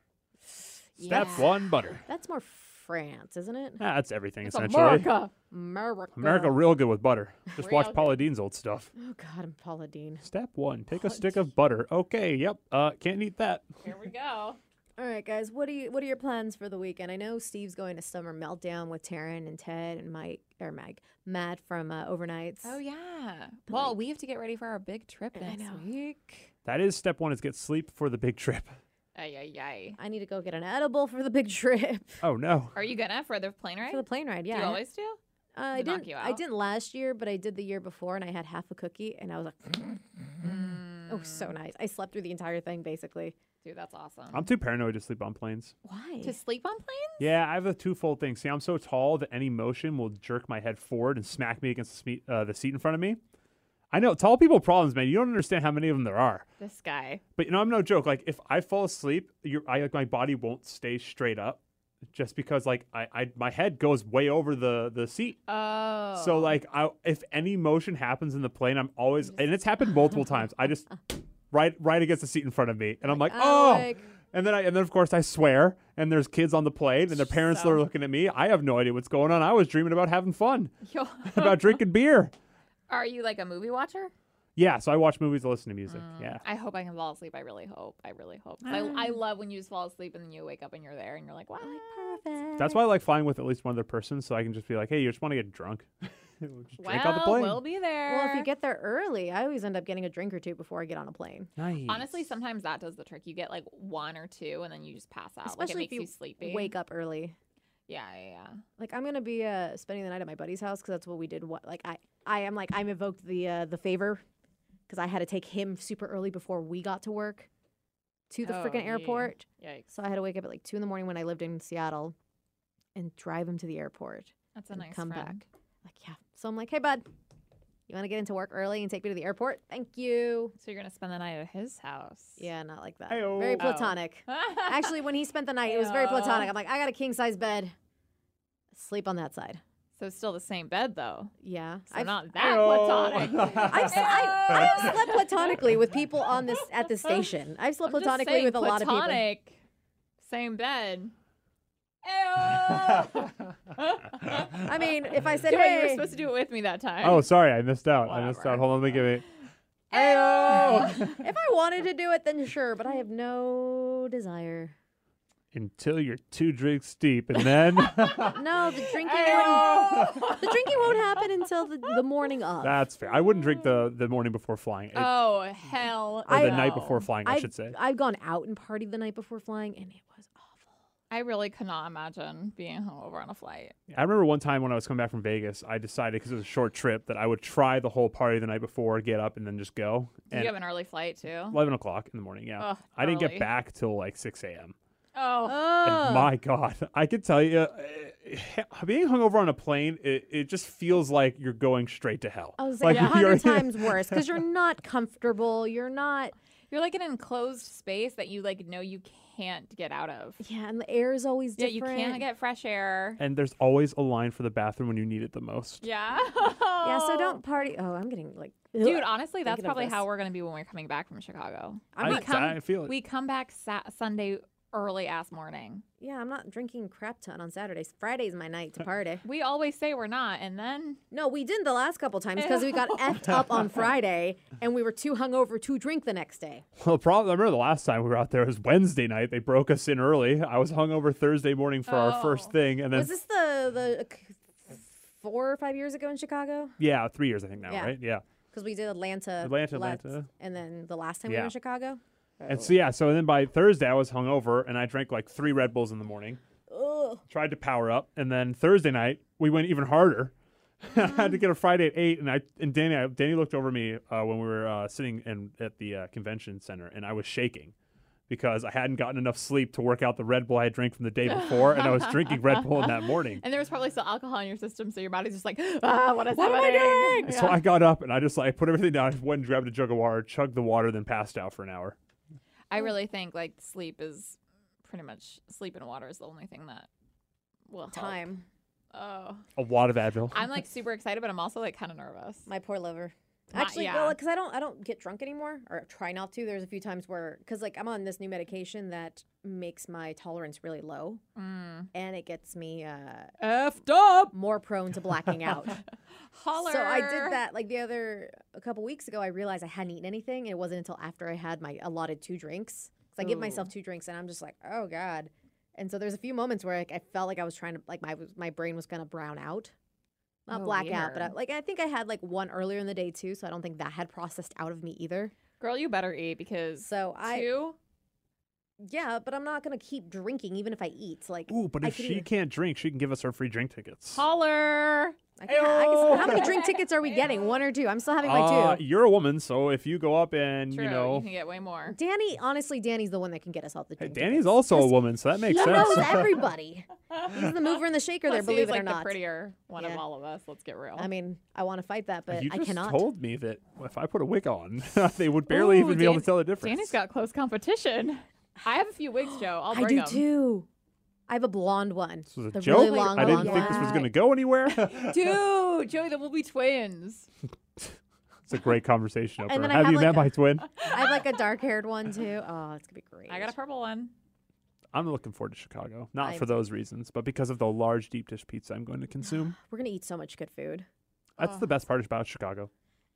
S2: Step
S3: Yeah.
S2: one, butter.
S1: That's more France, isn't it?
S2: Ah, that's everything
S3: It's
S2: essentially.
S3: America.
S1: America.
S2: America real good with butter. Just watch
S3: Real
S2: Paula Dean's old stuff.
S1: Oh God, I'm Paula Dean.
S2: Step one, take a stick of butter. Okay, yep. Uh, can't eat that.
S3: Here we go.
S1: All right, guys, what do you what are your plans for the weekend? I know Steve's going to summer meltdown with Taryn and Ted and Mike or Mag Matt from uh, Overnights.
S3: Oh yeah. Well, we have to get ready for our big trip
S1: I
S3: next
S1: know.
S3: week.
S2: That is step one: is get sleep for the big trip.
S3: Ay ay ay.
S1: I need to go get an edible for the big trip
S2: Oh no.
S3: Are you gonna for the plane ride?
S1: for the plane ride.
S3: Do
S1: Yeah,
S3: you
S1: I-
S3: always do?
S1: uh, I
S3: to knock
S1: didn't.
S3: you
S1: I
S3: out?
S1: didn't last year, but I did the year before, and I had half a cookie, and I was like, "Mm, "Oh, so nice!" I slept through the entire thing, basically.
S3: Dude, that's awesome.
S2: I'm too paranoid to sleep on planes.
S1: Why?
S3: to sleep on planes?
S2: Yeah, I have a twofold thing. See, I'm so tall that any motion will jerk my head forward and smack me against the, sme- uh, the seat in front of me. I know tall people problems, man. You don't understand how many of them there are.
S3: This guy.
S2: But you know, I'm no joke. Like if I fall asleep, your I like my body won't stay straight up, just because like I, I my head goes way over the the seat.
S3: Oh.
S2: So like I if any motion happens in the plane, I'm always and it's happened multiple times. I just right right against the seat in front of me, and I'm like,
S1: Like,
S2: oh.
S1: Alec.
S2: And then I and then of course I swear, and there's kids on the plane, and their parents
S3: So-
S2: are looking at me. I have no idea what's going on. I was dreaming about having fun,
S3: Yo-
S2: about drinking beer.
S3: Are you like a movie watcher?
S2: Yeah, so I watch movies, and listen to music. Yeah.
S3: I hope I can fall asleep. I really hope. I really hope. 'Cause
S1: Ah.
S3: I, I love when you just fall asleep and then you wake up and you're there and you're like, wow.
S1: "Oh, Perfect.
S2: That's why I like flying with at least one other person, so I can just be like, "Hey, you just want to get drunk? Just drink on the
S3: Well,
S2: plane."
S3: we'll be there.
S1: Well, if you get there early, I always end up getting a drink or two before I get on a plane.
S2: nice.
S3: Honestly, sometimes that does the trick. You get like one or two, and then you just pass out. like, it
S1: Especially
S3: makes
S1: if
S3: you,
S1: you
S3: sleepy.
S1: Wake up early.
S3: Yeah, yeah, yeah.
S1: Like I'm gonna be uh, spending the night at my buddy's house because that's what we did. What like I I am like I'm evoked the uh, the favor because I had to take him super early before we got to work to the
S3: Oh, yeah,
S1: freaking
S3: yeah.
S1: airport.
S3: Yikes.
S1: So I had to wake up at like two in the morning when I lived in Seattle and drive him to the airport.
S3: That's a
S1: and
S3: nice
S1: come
S3: friend.
S1: back. Like yeah. So I'm like, hey bud, you want to get into work early and take me to the airport? Thank you.
S3: So you're gonna spend the night at his house.
S1: Yeah, not like that.
S2: Hey-o.
S1: Very
S2: Oh.
S1: platonic. Actually, when he spent the night, it was very
S3: Aw.
S1: platonic. I'm like, I got a king size bed. Sleep on that side.
S3: so it's still the same bed though.
S1: Yeah.
S3: So
S1: I've-
S3: not that
S2: Ayo.
S3: platonic.
S1: I've, s- I, I have slept platonically with people on this at this station. I've slept
S3: I'm just
S1: platonically
S3: saying,
S1: with a lot of people.
S3: platonic, Same bed. Ayo!
S1: I mean, if I said,
S3: Dude,
S1: "Hey,
S3: you were supposed to do it with me that time.
S2: oh, sorry, I missed out. I missed out.
S3: Whatever.
S2: Hold on, let me give it.
S3: Ayo!
S1: if I wanted to do it, then sure," but I have no desire.
S2: Until you're two drinks deep, and then
S1: No, the drinking won't. The drinking won't happen until the, the morning of.
S2: that's fair. I wouldn't drink the the morning before flying, it,
S3: oh hell!
S2: or the
S1: I-
S2: night
S3: no.
S2: before flying, I
S1: I've-
S2: should say.
S1: I've gone out and partied the night before flying, and it was awful.
S3: I really could not imagine being hungover on a flight.
S2: I remember one time when I was coming back from Vegas, I decided because it was a short trip that I would try the whole party the night before, get up, and then just go.
S3: Did
S2: And
S3: you have an early flight too?
S2: eleven o'clock in the morning. Yeah,
S1: Oh,
S3: Ugh,
S2: I didn't
S3: early.
S2: get back till like six a.m.
S3: Oh,
S2: And my God, I could tell you, uh, being hungover on a plane, it, it just feels like you're going straight to hell.
S1: I was like, a
S2: you're-
S1: hundred times worse because you're not comfortable. You're not.
S3: you're like an enclosed space that you like know you can't get out of.
S1: Yeah, and the air is always
S3: Yeah,
S1: different.
S3: you can't get fresh air.
S2: And there's always a line for the bathroom when you need it the most.
S3: Yeah.
S1: Yeah, so don't party. Oh, I'm getting like. ugh.
S3: Dude, honestly, that's
S1: Thinking of
S3: probably
S1: this.
S3: how we're gonna be when we're coming back from Chicago.
S1: I'm
S2: I-
S1: not.
S3: come-
S2: I feel it.
S3: We come back sa- Sunday early ass morning.
S1: Yeah, I'm not drinking crap ton on Saturdays. Friday's my night to party.
S3: We always say we're not, and then
S1: No, we didn't the last couple times because we got effed up on Friday and we were too hungover to drink the next day.
S2: Well, probably, I remember the last time we were out there was Wednesday night. They broke us in early. I was hungover Thursday morning for our
S3: Oh.
S2: first thing, and then
S1: Was this the the uh, c- four or five years ago in Chicago?
S2: yeah, three years I think now,
S1: Yeah.
S2: right? Yeah.
S1: Because we did Atlanta,
S2: Atlanta,
S1: let's-
S2: Atlanta.
S1: and then the last time we were
S2: Yeah.
S1: in Chicago.
S2: And so yeah, so then by Thursday I was hungover and I drank like three Red Bulls in the morning.
S1: Ugh.
S2: Tried to power up, and then Thursday night we went even harder. I had
S1: Mm.
S2: to get a Friday at eight, and I and Danny I, Danny looked over me uh, when we were uh, sitting in at the uh, convention center, and I was shaking because I hadn't gotten enough sleep to work out the Red Bull I had drank from the day before, and I was drinking Red Bull in that morning.
S3: and there was probably still alcohol in your system, so your body's just like, ah, what is
S2: What am I
S3: happening?"
S2: doing? So
S3: Yeah.
S2: I got up and I just like put everything down, went and grabbed a jug of water, chugged the water, then passed out for an hour.
S3: I really think like sleep is pretty much sleep and water is the only thing that will help.
S1: Time,
S3: Oh,
S2: A lot of Advil.
S3: I'm like super excited, but I'm also like kind of nervous.
S1: my poor lover.
S3: My-
S1: Actually,
S3: yeah.
S1: well, because I don't, I don't get drunk anymore, or try not to. There's a few times where, because like I'm on this new medication that makes my tolerance really low,
S3: Mm.
S1: and it gets me uh,
S3: Effed up.
S1: more prone to blacking out.
S3: Holler.
S1: So I did that like the other a couple weeks ago. I realized I hadn't eaten anything. and It wasn't until after I had my allotted two drinks. Because I give
S3: Ooh.
S1: myself two drinks, and I'm just like, oh god. And so there's a few moments where like, I felt like I was trying to like my my brain was gonna brown out, not
S3: Oh,
S1: black out, but I,
S3: weird.
S1: like I think I had like one earlier in the day too. So I don't think that had processed out of me either.
S3: Girl, you better eat because
S1: So I
S3: two.
S1: yeah, but I'm not gonna keep drinking even if I eat. Like
S2: Ooh, but
S1: I
S2: if
S1: could
S2: she
S1: either-
S2: can't drink, she can give us her free drink tickets.
S3: Holler.
S1: I can, I can- how many
S2: Ayo.
S1: drink tickets are we getting? One or two? I'm still having my
S2: Uh,
S1: two.
S2: you're a woman, so if you go up and
S3: True.
S2: you know,
S3: can get way more.
S1: Danny, honestly, Danny's the one that can get us all the.
S2: hey,
S1: drink
S2: Danny's
S1: tickets.
S2: also a
S1: 'Cause
S2: woman, so that makes
S1: he
S2: sense.
S1: knows everybody. He's the mover and the shaker there,
S3: Plus,
S1: believe
S3: he's,
S1: it
S3: like
S1: or
S3: the
S1: not.
S3: prettier one of
S1: Yeah.
S3: all of us. Let's get real.
S1: I mean, I want to fight that, but
S2: you
S1: I
S2: just
S1: cannot.
S2: told me that if I put a wig on, they would barely
S3: Ooh,
S2: even be able
S3: Dan-
S2: to tell the difference.
S3: Danny's got close competition. I have a few wigs, Joe. I'll
S1: I
S3: bring
S1: do
S3: 'em.
S1: too. I have a blonde one.
S2: this was a
S1: the
S2: joke.
S1: really long
S2: I didn't
S1: blonde
S2: think this was
S1: one.
S2: going to go anywhere.
S3: Dude, Joey, then we'll be twins.
S2: it's a great conversation opener.
S1: then I
S2: have,
S1: have
S2: you
S1: like
S2: met
S1: a-
S2: my twin?
S1: I have like a dark haired one too. Oh, it's gonna be great.
S3: I got a purple one.
S2: I'm looking forward to Chicago, not
S1: I-
S2: for those reasons, but because of the large deep dish pizza I'm going to consume.
S1: We're gonna eat so much good food.
S2: That's
S1: Oh.
S2: the best part about Chicago.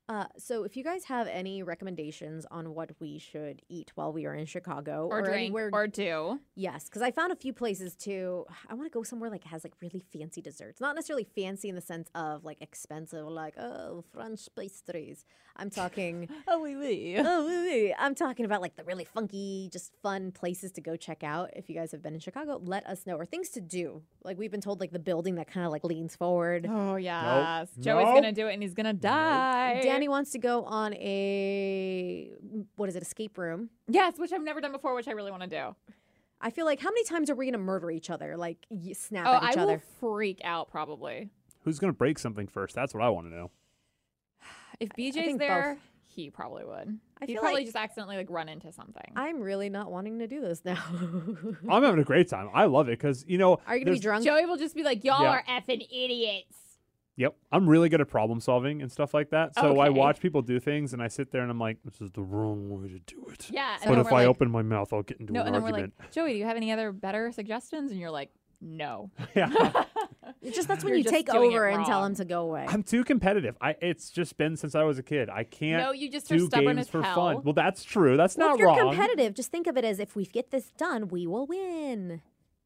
S1: Uh, so if you guys have any recommendations on what we should eat while we are in Chicago
S3: Or, drink.
S1: anywhere,
S3: Or do.
S1: yes, because I found a few places too. I want to go somewhere like has like really fancy desserts, not necessarily fancy in the sense of like expensive, like oh French pastries. I'm talking.
S3: Oh, oui, oui.
S1: oh, wait, wait. I'm talking about like the really funky, just fun places to go check out. If you guys have been in Chicago, let us know or things to do. Like we've been told, like the building that kind of like leans forward.
S3: Oh, yes. Joey's
S2: Nope.
S3: going to do it and he's going to die.
S1: Danny wants to go on a what is it, escape room?
S3: Yes, which I've never done before, which I really want to do.
S1: I feel like how many times are we gonna murder each other? Like y- snap
S3: Oh,
S1: at
S3: I
S1: each
S3: will
S1: other.
S3: freak out probably.
S2: Who's going to break something first? That's what I want to know.
S3: If BJ's
S1: think both.
S3: there, he probably would.
S1: I
S3: He'd
S1: feel
S3: probably
S1: like-
S3: just accidentally like run into something.
S1: I'm really not wanting to do this now.
S2: I'm having a great time. I love it because you know.
S1: are you gonna be
S2: there's-
S1: drunk?
S3: Joey will just be like, y'all
S2: Yeah.
S3: are effing idiots.
S2: Yep, I'm really good at problem solving and stuff like that. So I
S3: Okay.
S2: watch people do things and I sit there and I'm like, this is the wrong way to do it.
S3: Yeah. and
S2: but
S3: then
S2: if
S3: we're
S2: I
S3: like-
S2: open my mouth, I'll get into
S3: No,
S2: an
S3: and then we're like,
S2: argument.
S3: Joey, do you have any other better suggestions? And you're like, no.
S2: yeah.
S1: It's just that's when
S3: You're
S1: you
S3: just
S1: take
S3: doing it
S1: over and tell
S3: wrong.
S1: him to go away.
S2: I'm too competitive. I it's just been since I was a kid. I can't
S3: No, you just are
S2: do
S3: stubborn
S2: games
S3: as
S2: for
S3: hell.
S2: fun. Well, that's true. That's
S1: Well,
S2: not
S1: if you're
S2: wrong.
S1: competitive, just think of it as if we get this done, we will win.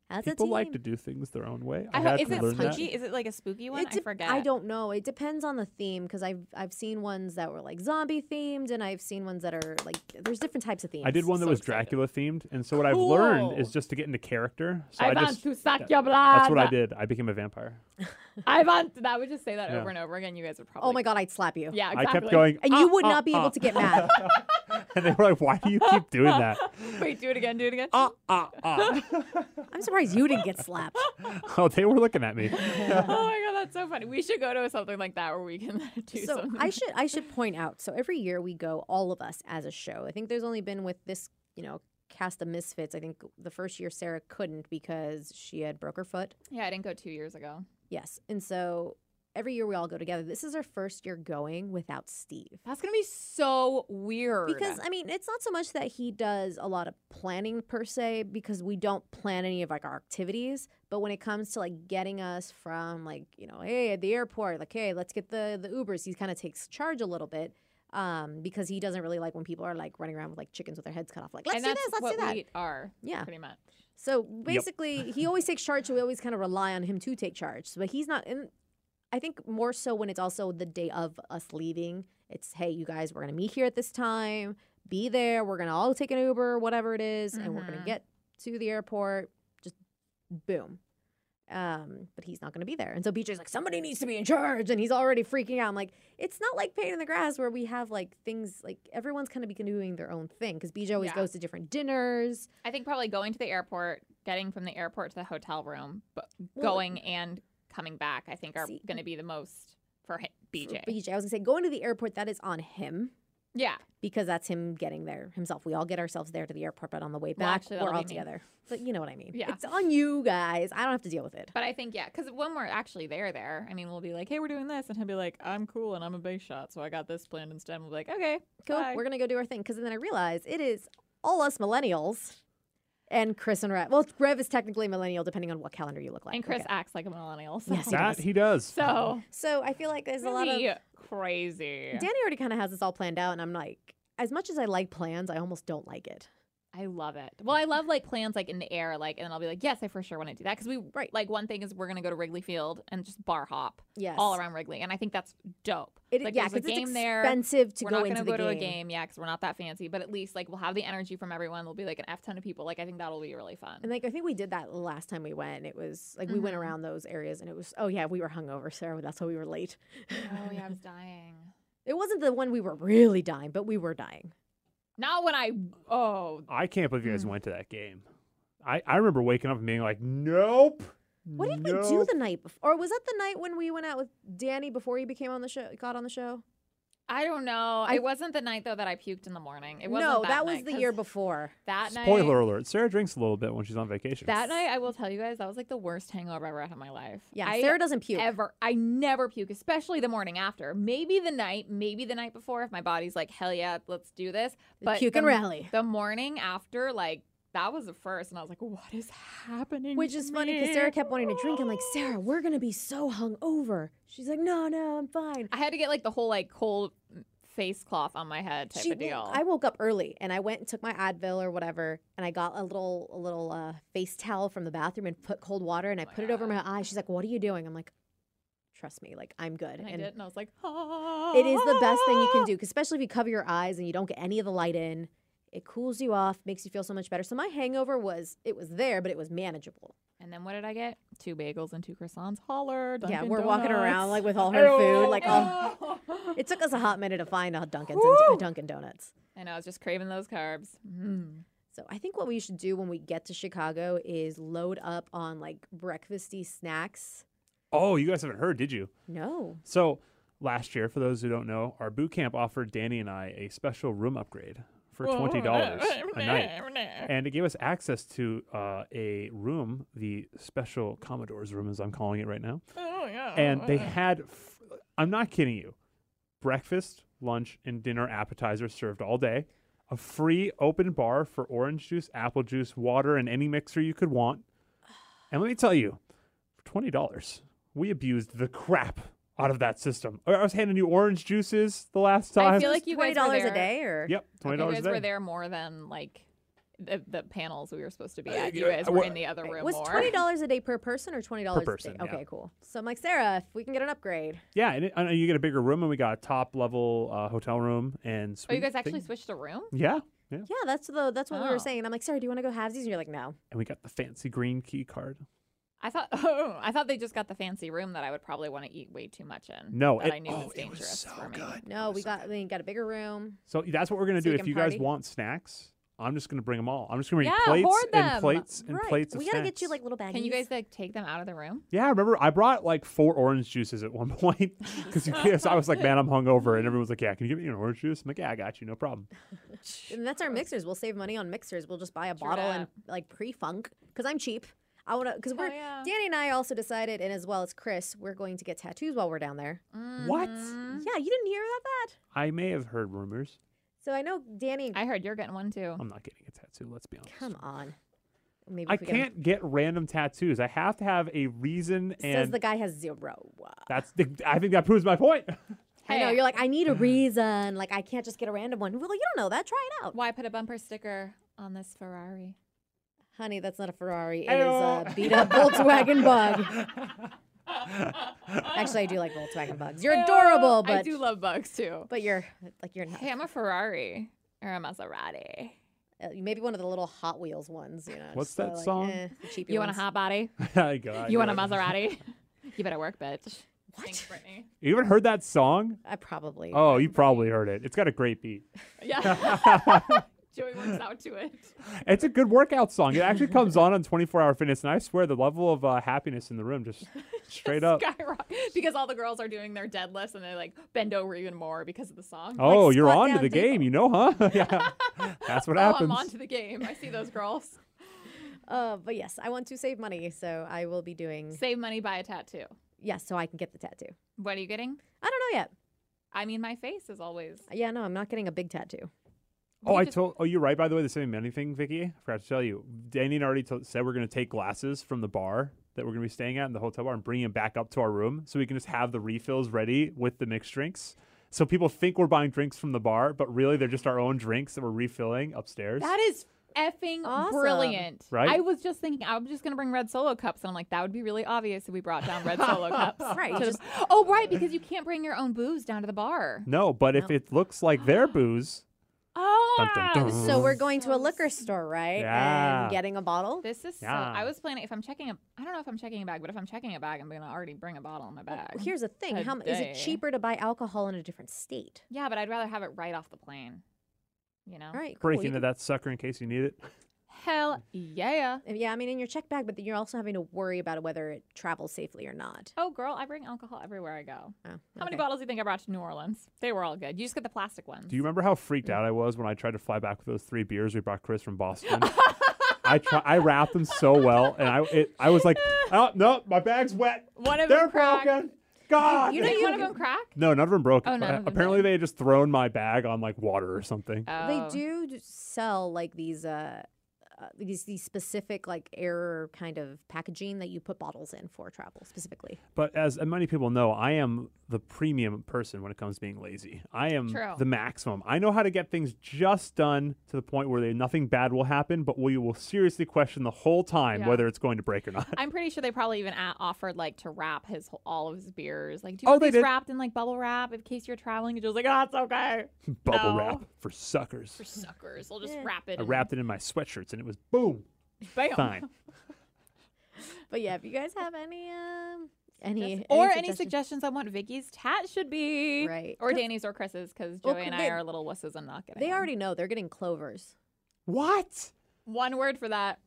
S1: as
S2: People
S1: a team.
S2: like to do things their own way. I,
S3: I
S2: had
S3: hope, is
S2: to
S3: it
S2: learn
S3: spooky?
S2: that.
S3: Is it like a spooky one?
S1: It
S3: I
S1: dep-
S3: forget.
S1: I don't know. It depends on the theme because I've I've seen ones that were like zombie themed, and I've seen ones that are like there's different types of themes.
S2: I did one that
S3: so
S2: was
S3: excited.
S2: Dracula themed, and so what I've learned is
S3: Cool.
S2: just to get into character. So
S3: I,
S2: I,
S3: want
S2: just
S3: to suck
S2: that-
S3: your blood.
S2: that's what I did. I became a vampire.
S3: I want. That would just say that
S2: Yeah.
S3: over and over again. You guys would probably.
S1: Oh my god, I'd slap you.
S3: Yeah, exactly.
S2: I kept going,
S1: And
S2: "Ah,
S1: you would
S2: ah,
S1: not be
S2: ah."
S1: able to get mad.
S2: and they were like, "Why do you keep doing that?"
S3: Wait, do it again. Do it again.
S1: Uh,
S2: Ah ah ah!
S1: I'm surprised you didn't get slapped.
S2: oh, they were looking at me.
S3: oh my god, that's so funny. We should go to something like that where we can do
S1: so
S3: something.
S1: I should I should point out. So every year we go all of us as a show. I think there's only been with this you know cast of misfits. I think the first year Sarah couldn't because she had broke her foot.
S3: yeah, I didn't go two years ago.
S1: Yes, and so every year we all go together. This is our first year going without Steve.
S3: That's gonna be so weird.
S1: Because I mean, it's not so much that he does a lot of planning per se, because we don't plan any of like our activities. But when it comes to like getting us from like you know, hey at the airport, like hey let's get the the Ubers, he kind of takes charge a little bit, um, because he doesn't really like when people are like running around with like chickens with their heads cut off, like let's
S3: and
S1: do
S3: that's
S1: this, let's
S3: what
S1: do that.
S3: we are.
S1: Yeah.
S3: pretty much.
S1: So basically, he always takes charge, so we always kind of rely on him to take charge. But he's not. And I think more so when it's also the day of us leaving. It's hey, you guys, we're gonna meet here at this time. Be there. We're gonna all take an Uber, whatever it is, and we're gonna
S3: Mhm.
S1: get to the airport. Just boom. Um, but he's not gonna be there, and so BJ's like, somebody needs to be in charge, and he's already freaking out. I'm like, it's not like Pain in the Grass where we have like things like everyone's kind of doing their own thing because BJ always
S3: Yeah.
S1: goes to different dinners.
S3: I think probably going to the airport, getting from the airport to the hotel room, but
S1: Well,
S3: going and coming back, I think are
S1: See-
S3: going to be the most for hi- BJ.
S1: For BJ. I was gonna say going to the airport that is on him
S3: yeah,
S1: because that's him getting there himself. We all get ourselves there to the airport, but on the way
S3: Well,
S1: back
S3: actually,
S1: we're
S3: that'll
S1: all
S3: be me.
S1: together. But you know what I mean.
S3: Yeah.
S1: It's on you guys. I don't have to deal with it.
S3: but I think yeah, because when we're actually there, there, I mean, we'll be like, hey, we're doing this, and he'll be like, I'm cool and I'm a base shot, so I got this planned instead. And we'll be like, okay,
S1: Cool.
S3: Bye.
S1: We're gonna go do our thing because then I realize it is all us millennials and Chris and Rev. Well, Rev is technically millennial depending on what calendar you look like.
S3: and Chris
S1: Okay.
S3: acts like a millennial. So.
S1: Yes, he
S2: that
S1: does.
S2: he does.
S3: So
S1: So I feel like there's a lot of
S3: really crazy.
S1: Danny already kind of has this all planned out, and I'm like, as much as I like plans, I almost don't like it.
S3: I love it. Well, I love like plans like in the air, like, and then I'll be like, yes, I for sure want to do that because we
S1: Right.
S3: like one thing is we're gonna go to Wrigley Field and just bar hop
S1: Yes.
S3: all around Wrigley, and I think that's dope.
S1: It,
S3: like,
S1: yeah,
S3: there's a
S1: 'cause
S3: game
S1: it's
S3: there.
S1: expensive to
S3: we're
S1: go
S3: not
S1: into
S3: gonna
S1: the
S3: go to a
S1: game.
S3: game, yeah, because we're not that fancy, but at least like we'll have the energy from everyone. There'll be like an f ton of people. Like I think that'll be really fun.
S1: And like I think we did that the last time we went. It was like we went
S3: Mhm.
S1: around those areas and it was oh yeah, we were hungover, Sarah. That's why we were late.
S3: oh yeah, I was dying.
S1: It wasn't the one we were really dying, but we were dying.
S3: Not when I. Oh,
S2: I can't believe you
S1: Mm.
S2: guys went to that game. I, I remember waking up and being like, nope.
S1: What did we do
S2: nope."
S1: the night before? Or was that the night when we went out with Danny before he became on the show got on the show?
S3: I don't know.
S1: I-
S3: it wasn't the night though that I puked in the morning. It wasn't
S1: No, that,
S3: that
S1: was
S3: night,
S1: the
S3: 'cause
S1: year before.
S3: That night.
S2: Spoiler alert: Sarah drinks a little bit when she's on vacation.
S3: That night, I will tell you guys, that was like the worst hangover I've ever had in my life.
S1: Yeah,
S3: I
S1: Sarah doesn't puke.
S3: ever. I never puke, especially the morning after. Maybe the night, maybe the night before, if my body's like, hell yeah, let's do this. But
S1: puke
S3: the,
S1: and rally.
S3: The morning after, like that was the first, and I was like, what is happening?
S1: Which
S3: to
S1: is funny
S3: me?"
S1: because Sarah kept wanting to drink. I'm like, Sarah, we're gonna be so hungover. She's like, No, no, I'm fine.
S3: I had to get like the whole like cold face cloth on my head type
S1: She
S3: of
S1: woke-
S3: deal.
S1: I woke up early and I went and took my Advil or whatever, and I got a little a little uh, face towel from the bathroom and put cold water and I
S3: my
S1: put it over my eyes. She's like, "What are you doing?" I'm like, "Trust me, like I'm good."
S3: and I
S1: And
S3: did, and I was like, oh.
S1: it is the best thing you can do, 'cause especially if you cover your eyes and you don't get any of the light in. It cools you off, makes you feel so much better. So my hangover was it was there, but it was manageable.
S3: And then what did I get? Two bagels and two croissants. Holler.
S1: yeah,
S3: Dunkin'
S1: we're walking around
S3: Donuts.
S1: like with all her food, like all.
S3: Oh.
S1: It took us a hot minute to find a Dunkin' and- a Dunkin' Donuts.
S3: And I was just craving those carbs. Mm.
S1: So I think what we should do when we get to Chicago is load up on like breakfasty snacks.
S2: Oh, you guys haven't heard, did you?
S1: No.
S2: So last year, for those who don't know, our boot camp offered Danny and I a special room upgrade for twenty dollars a night, and it gave us access to uh, a room, the special Commodore's room, as I'm calling it right now.
S3: Oh, yeah.
S2: and they had f- i'm not kidding you breakfast lunch and dinner appetizers served all day a free open bar for orange juice apple juice water and any mixer you could want and let me tell you for $20 we abused the crap out of that system i I was handing you orange juices the last time
S3: I feel like you guys were
S1: $20
S3: there.
S1: a day or
S2: yep $20
S3: You
S2: a
S3: guys
S2: day
S3: were there more than like the, the panels we were supposed to be
S2: Uh,
S3: at. You
S2: yeah,
S3: guys
S2: I
S3: were
S2: wa-
S3: in the other
S1: Right.
S3: room
S1: Was
S3: more.
S1: twenty dollars a day per person or twenty dollars
S2: person,
S1: A
S2: yeah.
S1: day? Okay, cool. So I'm like Sarah, if we can get an upgrade,
S2: Yeah, and, it, and you get a bigger room, and we got a top level uh, hotel room and
S3: Oh,
S2: suite.
S3: you guys actually
S2: thing.
S3: switched a room?
S2: Yeah,
S1: yeah, that's the that's what we
S3: Oh.
S1: were saying. And I'm like Sarah, do you want to go have these? And you're like, no.
S2: and we got the fancy green key card.
S3: Mm-hmm. I thought oh, I thought they just got the fancy room that I would probably want to eat way too much in.
S2: No,
S3: that
S2: it-
S3: I knew
S2: oh,
S3: was
S2: it was
S3: dangerous
S2: so
S3: for me.
S2: good.
S1: No, we got we got a bigger room.
S2: So that's what we're gonna
S1: So
S2: do.
S1: we
S2: If
S1: can
S2: you guys
S1: party?
S2: want snacks, I'm just gonna bring them all. I'm just gonna bring
S3: Yeah,
S2: plates
S3: hoard them.
S2: and plates and
S1: right.
S2: plates. Of
S1: we gotta get you
S2: snacks.
S1: like little baggies.
S3: Can you guys like take them out of the room?
S2: Yeah, I remember I brought like four orange juices at one point because I was like, man, I'm hungover, and everyone's like, yeah, can you give me an orange juice? I'm like, yeah, I got you, no problem.
S1: And that's our mixers. We'll save money on mixers. We'll just buy a
S3: True
S1: bottle
S3: dat.
S1: and like pre-funk because I'm cheap. I want to because we're
S3: yeah.
S1: Danny and I also decided, and as well as Chris, we're going to get tattoos while we're down there.
S2: What?
S3: Mhm.
S1: Yeah, you didn't hear about that.
S2: I may have heard rumors.
S1: So I know Danny.
S3: I heard you're getting one too.
S2: I'm not getting a tattoo. Let's be honest.
S1: come on, maybe
S2: I
S1: if we get him-
S2: can't get random tattoos. I have to have a reason,
S1: Says
S2: and
S1: the guy has zero.
S2: that's the, I think that proves my point.
S1: I know
S3: Hey.
S1: you're like I
S2: Mm.
S1: need a reason. Like I can't just get a random one. Well, you don't know that. Try it out,
S3: Why put a bumper sticker on this Ferrari?
S1: honey. That's not a Ferrari. It is
S2: Ayo.
S1: a beat up Volkswagen bug. Actually, I do like Volkswagen bugs. You're adorable, but
S3: I do love bugs too.
S1: but you're like you're not.
S3: Hey, I'm a Ferrari or a Maserati.
S1: uh, maybe one of the little Hot Wheels ones. You know.
S2: What's
S1: just the,
S2: that
S1: like,
S2: song?
S1: eh, the cheapy
S3: You want a
S1: ones.
S3: hot body?
S2: I got
S3: You want a
S2: it.
S3: Maserati? you better work, bitch.
S1: What?
S3: Thanks, Brittany.
S2: You even heard that song?
S1: I probably.
S2: Oh, you probably heard it. It's got a great beat.
S3: Yeah. Joey works out to it.
S2: It's a good workout song. It actually comes on on 24 Hour Fitness, and I swear the level of uh, happiness in the room just straight up.
S3: Skyrocket. Because all the girls are doing their deadlifts and they like bend over even more because of the song.
S2: Oh, you're
S1: squat
S2: on to
S1: down
S2: the
S1: deep.
S2: game, you know, huh? yeah. That's what
S3: Oh,
S2: happens.
S3: I'm on to the game. I see those girls.
S1: Uh, but yes, I want to save money, so I will be doing. Yes,
S3: Save money, buy a tattoo.
S1: so I can get the tattoo.
S3: What are you getting?
S1: I don't know yet.
S3: I mean, my face is always.
S1: Yeah, no, I'm not getting a big tattoo.
S2: oh,
S3: We
S2: I
S3: just-
S2: told. Oh, you're right. By the way, the same money thing, Vicky. I forgot to tell you. Danny and I already told, said we're going to take glasses from the bar that we're going to be staying at in the hotel bar and bring them back up to our room so we can just have the refills ready with the mixed drinks. So people think we're buying drinks from the bar, but really they're just our own drinks that we're refilling upstairs.
S3: That is effing
S1: Awesome.
S3: brilliant.
S2: Right?
S3: I was just thinking, I'm just going to bring red solo cups. And I'm like, that would be really obvious if we brought down red solo cups.
S1: Right,
S3: to the-
S1: just-
S3: oh, right. Because you can't bring your own booze down to the bar.
S2: no, but if
S1: No.
S2: it looks like their booze,
S3: Oh,
S2: Dun, dun, dun.
S1: Ah, So we're going to a
S3: So
S1: liquor store, right?
S2: Yeah.
S1: And getting a bottle.
S3: This is
S2: Yeah.
S3: so. I was planning if I'm checking a. I don't know if I'm checking a bag, but if I'm checking a bag, I'm gonna already bring a bottle in my bag.
S1: Here's the thing:
S3: A
S1: how mu- is
S3: day.
S1: it cheaper to buy alcohol in a different state?
S3: yeah, but I'd rather have it right off the plane. You know.
S1: All right, cool.
S2: break
S1: you
S2: into
S1: can-
S2: that sucker in case you need it.
S3: Hell yeah.
S1: Yeah, I mean, in your check bag, but then you're also having to worry about whether it travels safely or not.
S3: Oh, girl, I bring alcohol everywhere I go.
S1: Oh,
S3: How many
S1: okay.
S3: bottles do you think I brought to New Orleans? They were all good. You just get the plastic ones.
S2: Do you remember how freaked out I was when I tried to fly back with those three beers we brought Chris from Boston? I try, I wrapped them so well, and I it, I was like, oh no, my bag's wet.
S3: One of
S2: They're
S3: them cracked.
S2: broken. God.
S3: You know, you one of them crack.
S2: no, none of them broke.
S3: Oh, none
S2: but
S3: of them
S2: apparently,
S3: did.
S2: they had just thrown my bag on like water or something.
S3: Oh.
S1: They do d- sell like these uh, uh these these specific like error kind of packaging that you put bottles in for travel specifically.
S2: But as many people know, I am the premium person when it comes to being lazy. I am
S3: True.
S2: the maximum. I know how to get things just done to the point where they, nothing bad will happen, but we will seriously question the whole time
S3: Yeah.
S2: whether it's going to break or not.
S3: I'm pretty sure they probably even a- offered like to wrap his whole, all of his beers. Like, do you
S2: Oh,
S3: want
S2: they
S3: these
S2: did.
S3: wrapped in like bubble wrap in case you're traveling? You're just like, oh, it's okay.
S2: Bubble
S3: No.
S2: wrap for suckers.
S3: For suckers, I'll just
S1: Yeah.
S3: wrap it.
S2: I
S3: in-
S2: wrapped it in my sweatshirts and it was boom,
S3: Bam.
S2: fine.
S1: But yeah, if you guys have any um any
S3: Yes. or any,
S1: suggestions-
S3: suggestions on what Vicky's tat should be,
S1: Right.
S3: Or
S1: 'Cause-
S3: Danny's or Chris's, because Joey
S1: Well,
S3: and I
S1: they-
S3: are little wusses and not getting.
S1: they
S3: them.
S1: already know they're getting clovers.
S2: What?
S3: one word for that.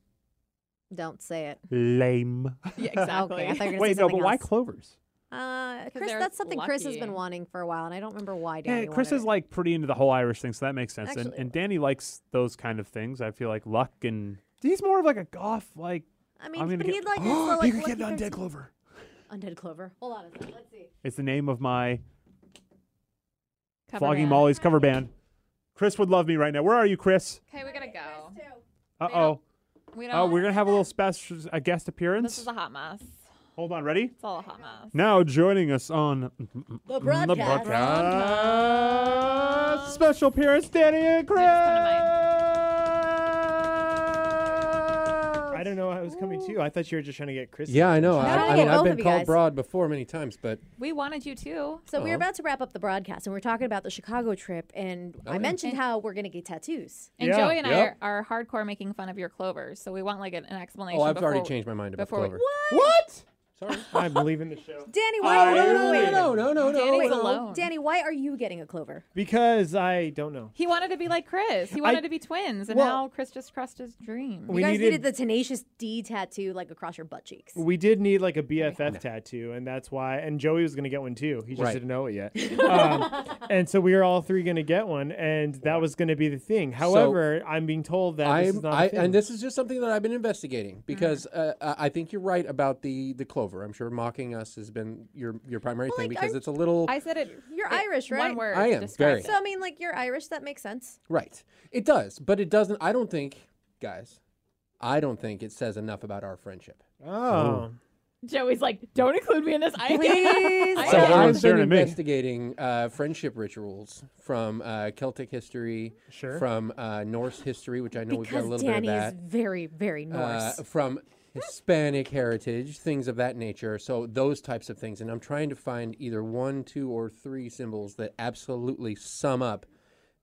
S1: Don't say it.
S2: Lame.
S3: Yeah, exactly.
S1: Okay, I thought you were gonna
S2: Wait,
S1: say
S2: no, but
S1: something
S2: why
S1: else.
S2: clovers?
S1: Uh,
S3: 'Cause
S1: Chris,
S3: they're
S1: that's something Chris has
S3: lucky.
S1: been wanting for a while, and I don't remember why
S2: Yeah,
S1: Danny.
S2: Chris
S1: wanted
S2: is
S1: it.
S2: like pretty into the whole Irish thing, so that makes sense. and,
S1: Actually,
S2: and Danny likes those kind of things. I feel like luck and he's more of like a goth, like
S1: I mean,
S2: I'm gonna
S1: but
S2: get.
S1: he'd like,
S2: you
S1: also, like
S2: could
S1: lucky
S2: get an undead
S1: person-
S2: clover.
S1: Undead clover. Hold on a second. Let's see.
S2: It's the name of my
S3: Cover
S2: flogging
S3: band.
S2: Molly's cover band. Chris would love me right now. Where are you, Chris?
S3: Okay, we gotta go.
S2: Uh oh.
S3: We don't.
S2: Oh, we're gonna have a little special a guest appearance.
S3: This is a hot mess.
S2: Hold on, ready?
S3: It's all a hot mess.
S2: Now joining us on the
S1: broadcast.
S2: broadcast. special appearance, Danny and Chris.
S3: Next
S2: I don't know. I was coming too. I thought you were just trying to get Chris.
S7: Yeah, I know.
S1: Trying
S7: I,
S1: to
S7: I
S1: get
S7: mean, I've
S1: both
S7: been
S1: of you
S7: called
S1: guys.
S7: broad before many times, but
S1: Mm.
S3: We wanted you too.
S1: So we
S7: Oh.
S1: were about to wrap up the broadcast, and we are talking about the Chicago trip, and I
S7: Oh, yeah.
S1: mentioned how we're gonna get tattoos.
S3: And
S2: Yeah.
S3: Joey and
S7: Yep.
S3: I are, are hardcore making fun of your clovers, so we want like an, an explanation.
S7: oh, I've
S3: before,
S7: already changed my mind about
S3: before we-
S7: Clover.
S2: What?
S7: Sorry.
S2: I'm leaving the show
S1: Danny,
S7: Oh,
S1: why?
S7: no,
S1: wait, wait,
S7: no, no, no, no, no, no.
S3: Danny's
S1: wait.
S3: alone.
S1: Danny, why are you getting a clover?
S2: because I don't know.
S3: He wanted to be like Chris. He wanted to be twins, and
S2: well-
S3: now Chris just crushed his dream.
S1: You
S2: We
S1: guys
S2: needed-
S1: needed the tenacious D tattoo like across your butt cheeks.
S2: We did need like a BFF tattoo, and that's why. And Joey was gonna get one too. He just
S7: Right.
S2: didn't know it yet. um, and so we were all three gonna get one, and that was gonna be the thing. However, I'm being told that this is
S7: I'm,
S2: not. a
S7: I,
S2: thing.
S7: and this is just something that I've been
S1: Uh-huh.
S7: investigating because uh, I I think you're right about the the clover. I'm sure mocking us has been your your primary thing
S1: like,
S7: because
S1: I-
S7: it's a little
S3: I said it.
S1: You're
S3: it-
S1: Irish, right?
S3: One word.
S7: I am,
S3: describes
S1: So
S3: it.
S7: very.
S1: I mean, like you're Irish. That makes sense.
S7: right. It does, but it doesn't. I don't think, guys. I don't think it says enough about our friendship.
S2: oh,
S3: Joey's like, don't include me in this. I
S1: Please
S3: I-
S7: So
S8: So everyone's
S7: I've been
S8: staring at me.
S7: investigating uh, friendship rituals from uh, Celtic history,
S2: Sure.
S7: from uh, Norse history, which I know we've got a
S1: because
S7: little
S1: Danny
S7: bit of
S1: is
S7: that.
S1: very, very
S7: uh,
S1: Norse.
S7: from Hispanic heritage, things of that nature. So those types of things, and I'm trying to find either one, two, or three symbols that absolutely sum up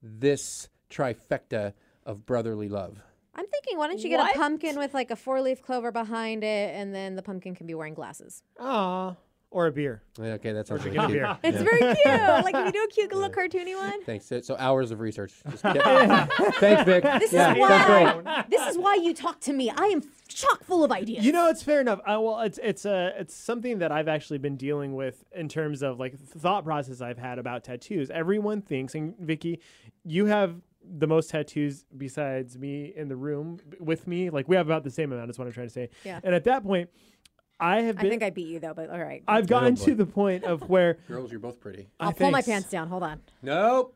S7: this trifecta of brotherly love.
S1: I'm thinking, why don't you get
S3: What?
S1: a pumpkin with like a four leaf clover behind it, and then the pumpkin can be wearing glasses.
S2: Aw. or a beer.
S7: Okay, that sounds
S2: Get a
S7: like cute.
S2: beer.
S1: It's very cute. Like if you do a cute little cartoony one.
S7: Thanks. So hours of research. Just get- Thanks, Vic.
S1: This
S7: yeah,
S1: is
S7: that's great.
S1: why. This is why you talk to me. I am chock full of ideas.
S2: You know, it's fair enough. Uh, well, it's it's uh, it's something that I've actually been dealing with in terms of like th- thought process I've had about tattoos. Everyone thinks, and Vicky, you have the most tattoos besides me in the room b- with me. Like we have about the same amount. Is what I'm trying to say.
S1: Yeah.
S2: And at that point, I have
S1: I
S2: been.
S1: think I beat you though, but all right.
S2: I, have gotten
S7: Oh, boy.
S2: to the point of where
S7: Girls, you're both pretty.
S1: I'll
S2: I
S1: pull my
S2: think-
S1: pants down. Hold on.
S7: Nope.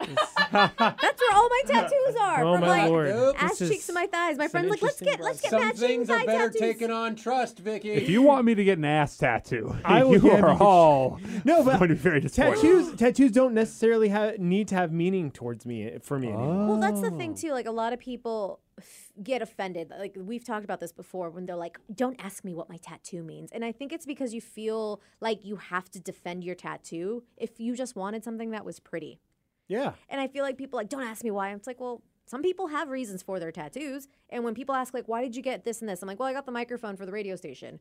S1: That's where all my tattoos are.
S2: Oh
S1: from
S2: my
S1: like
S2: lord!
S7: Nope.
S1: ass
S2: This
S1: cheeks
S2: is-
S1: to my thighs. My
S2: it's an
S1: friend's like, let's
S2: interesting
S1: get let's get
S7: Some
S1: matching
S7: things are
S1: thigh
S7: better
S1: tattoos.
S7: taken on trust, Vicky.
S8: If you want me to get an ass tattoo,
S2: I will
S8: you
S2: give
S8: are
S2: you-
S8: all
S2: No, but
S8: going to be very disappointed.
S2: tattoos tattoos don't necessarily have need to have meaning towards me eh, for me. anymore.
S7: Oh.
S1: Well, that's the
S2: Oh.
S1: thing too. Like a lot of people f- get offended. Like we've talked about this before when they're like, "Don't ask me what my tattoo means." And I think it's because you feel like you have to defend your tattoo if you just wanted something that was pretty.
S2: Yeah.
S1: And I feel like people like, "Don't ask me why." It's like, well. Some people have reasons for their tattoos, and when people ask like, "Why did you get this and this?" I'm like, "Well, I got the microphone for the radio station,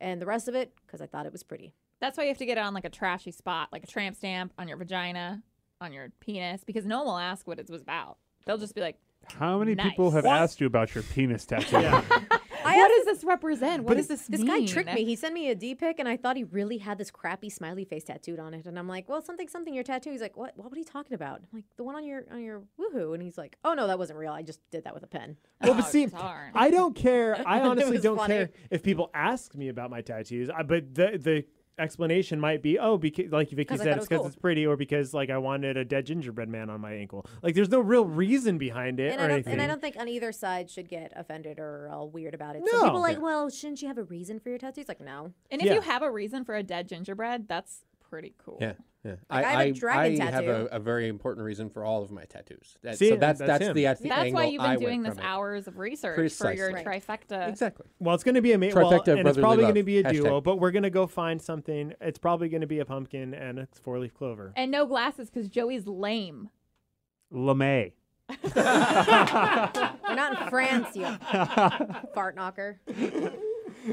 S1: and the rest of it because I thought it was pretty."
S3: That's why you have to get it on like a trashy spot, like a tramp stamp on your vagina, on your penis, because no one will ask what it was about. They'll just be like,
S8: How many
S3: Nice.
S8: people have
S3: What?
S8: asked you about your penis tattoo?
S1: I
S3: "What
S1: asked
S3: does this represent? What does this
S1: This guy
S3: mean?"
S1: tricked me. He sent me a D pic, and I thought he really had this crappy smiley face tattooed on it. And I'm like, "Well, something, something, your tattoo." He's like, "What? What are you talking about?" I'm like, "The one on your on your woohoo." And he's like, "Oh no, that wasn't real. I just did that with a pen."
S2: Well, but
S3: Oh,
S2: see,
S3: darn.
S2: I don't care. I
S1: It
S2: honestly
S1: was
S2: don't
S1: funny.
S2: care if people ask me about my tattoos. I, but the the explanation might be, oh, because like Vicky
S1: 'Cause I
S2: said, it's
S1: thought it was
S2: because
S1: cool.
S2: it's pretty, or because like I wanted a dead gingerbread man on my ankle. Like, there's no real reason behind it
S1: And
S2: or
S1: I don't
S2: anything.
S1: and I don't think on either side should get offended or all weird about it.
S2: No.
S1: Some people are like, "Well, shouldn't you have a reason for your tattoos?" Like, no.
S3: And if
S2: Yeah.
S3: you have a reason for a dead gingerbread, that's pretty cool.
S7: Yeah, yeah.
S1: Like, I have a dragon
S7: I have a,
S1: tattoo.
S7: a very important reason for all of my tattoos. That,
S2: See,
S7: so that's
S2: that's
S7: that's,
S2: him.
S7: the that's the
S3: That's
S7: angle
S3: why you've been
S7: I went
S3: doing this
S7: from it.
S3: hours of research for your
S7: Precisely.
S3: trifecta.
S7: Exactly.
S2: well, it's going to be a ma-
S7: Trifecta
S2: well,
S7: of
S2: and it's
S7: brotherly
S2: probably going
S7: love.
S2: to be a duo,
S7: Hashtag.
S2: but we're going to go find something. It's probably going to be a pumpkin and a four leaf clover.
S3: And no glasses because Joey's lame.
S8: LeMay.
S1: We're not in France, you fart knocker.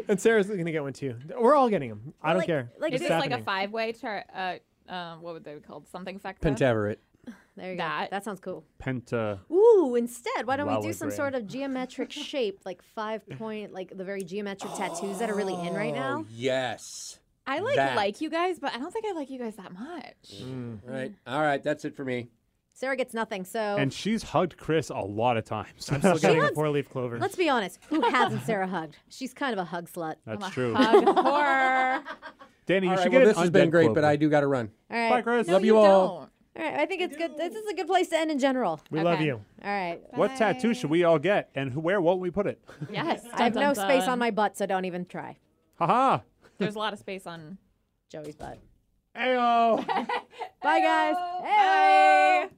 S2: And Sarah's going to get one too. We're all getting them. I don't
S1: Eh. Like-
S2: care.
S1: like
S3: Is
S2: it's
S3: this like
S2: happening.
S3: a five way chart? Uh, um, what would they be called? Something fecta?
S7: Pentaveret.
S1: There you
S3: That-
S1: go. That sounds cool.
S8: Penta.
S3: Oh.
S1: Ooh, instead, why don't we do some
S8: Lolligram.
S1: sort of geometric shape, like five point, like the very geometric tattoos that are really in right now?
S8: Oh.
S7: yes.
S3: I like
S7: That. Mm.
S3: like you guys, but I don't think I like you guys that much.
S7: Right. All right. That's it for me.
S1: Sarah gets nothing. So
S8: And she's hugged Chris a lot of times.
S2: Still getting a
S1: hugs-
S2: four leaf clover.
S1: let's be honest, who hasn't Sarah hugged? She's kind of a hug slut.
S8: That's true.
S3: Hug horror.
S8: Danny, you
S7: All right.
S8: should
S7: Well,
S8: get
S7: this
S8: an
S7: has been
S8: undead
S7: great, but
S8: clover.
S7: I do got to run.
S1: All right.
S8: Bye, Chris.
S3: No,
S7: Love you
S3: you
S7: all.
S3: don't.
S1: All right. I think it's good. This is a good place to end in general.
S2: we love
S3: Okay.
S2: you.
S1: All right.
S8: What tattoo should we all get, and who, where won't we put it?
S3: Yes.
S1: I have
S3: dun,
S1: no
S3: dun,
S1: space
S3: dun.
S1: on my butt, so don't even try.
S8: Haha.
S3: There's a lot of space on
S1: Joey's butt.
S8: Ayo.
S1: Bye, guys.
S3: Ayo.
S1: Hey.
S3: Bye.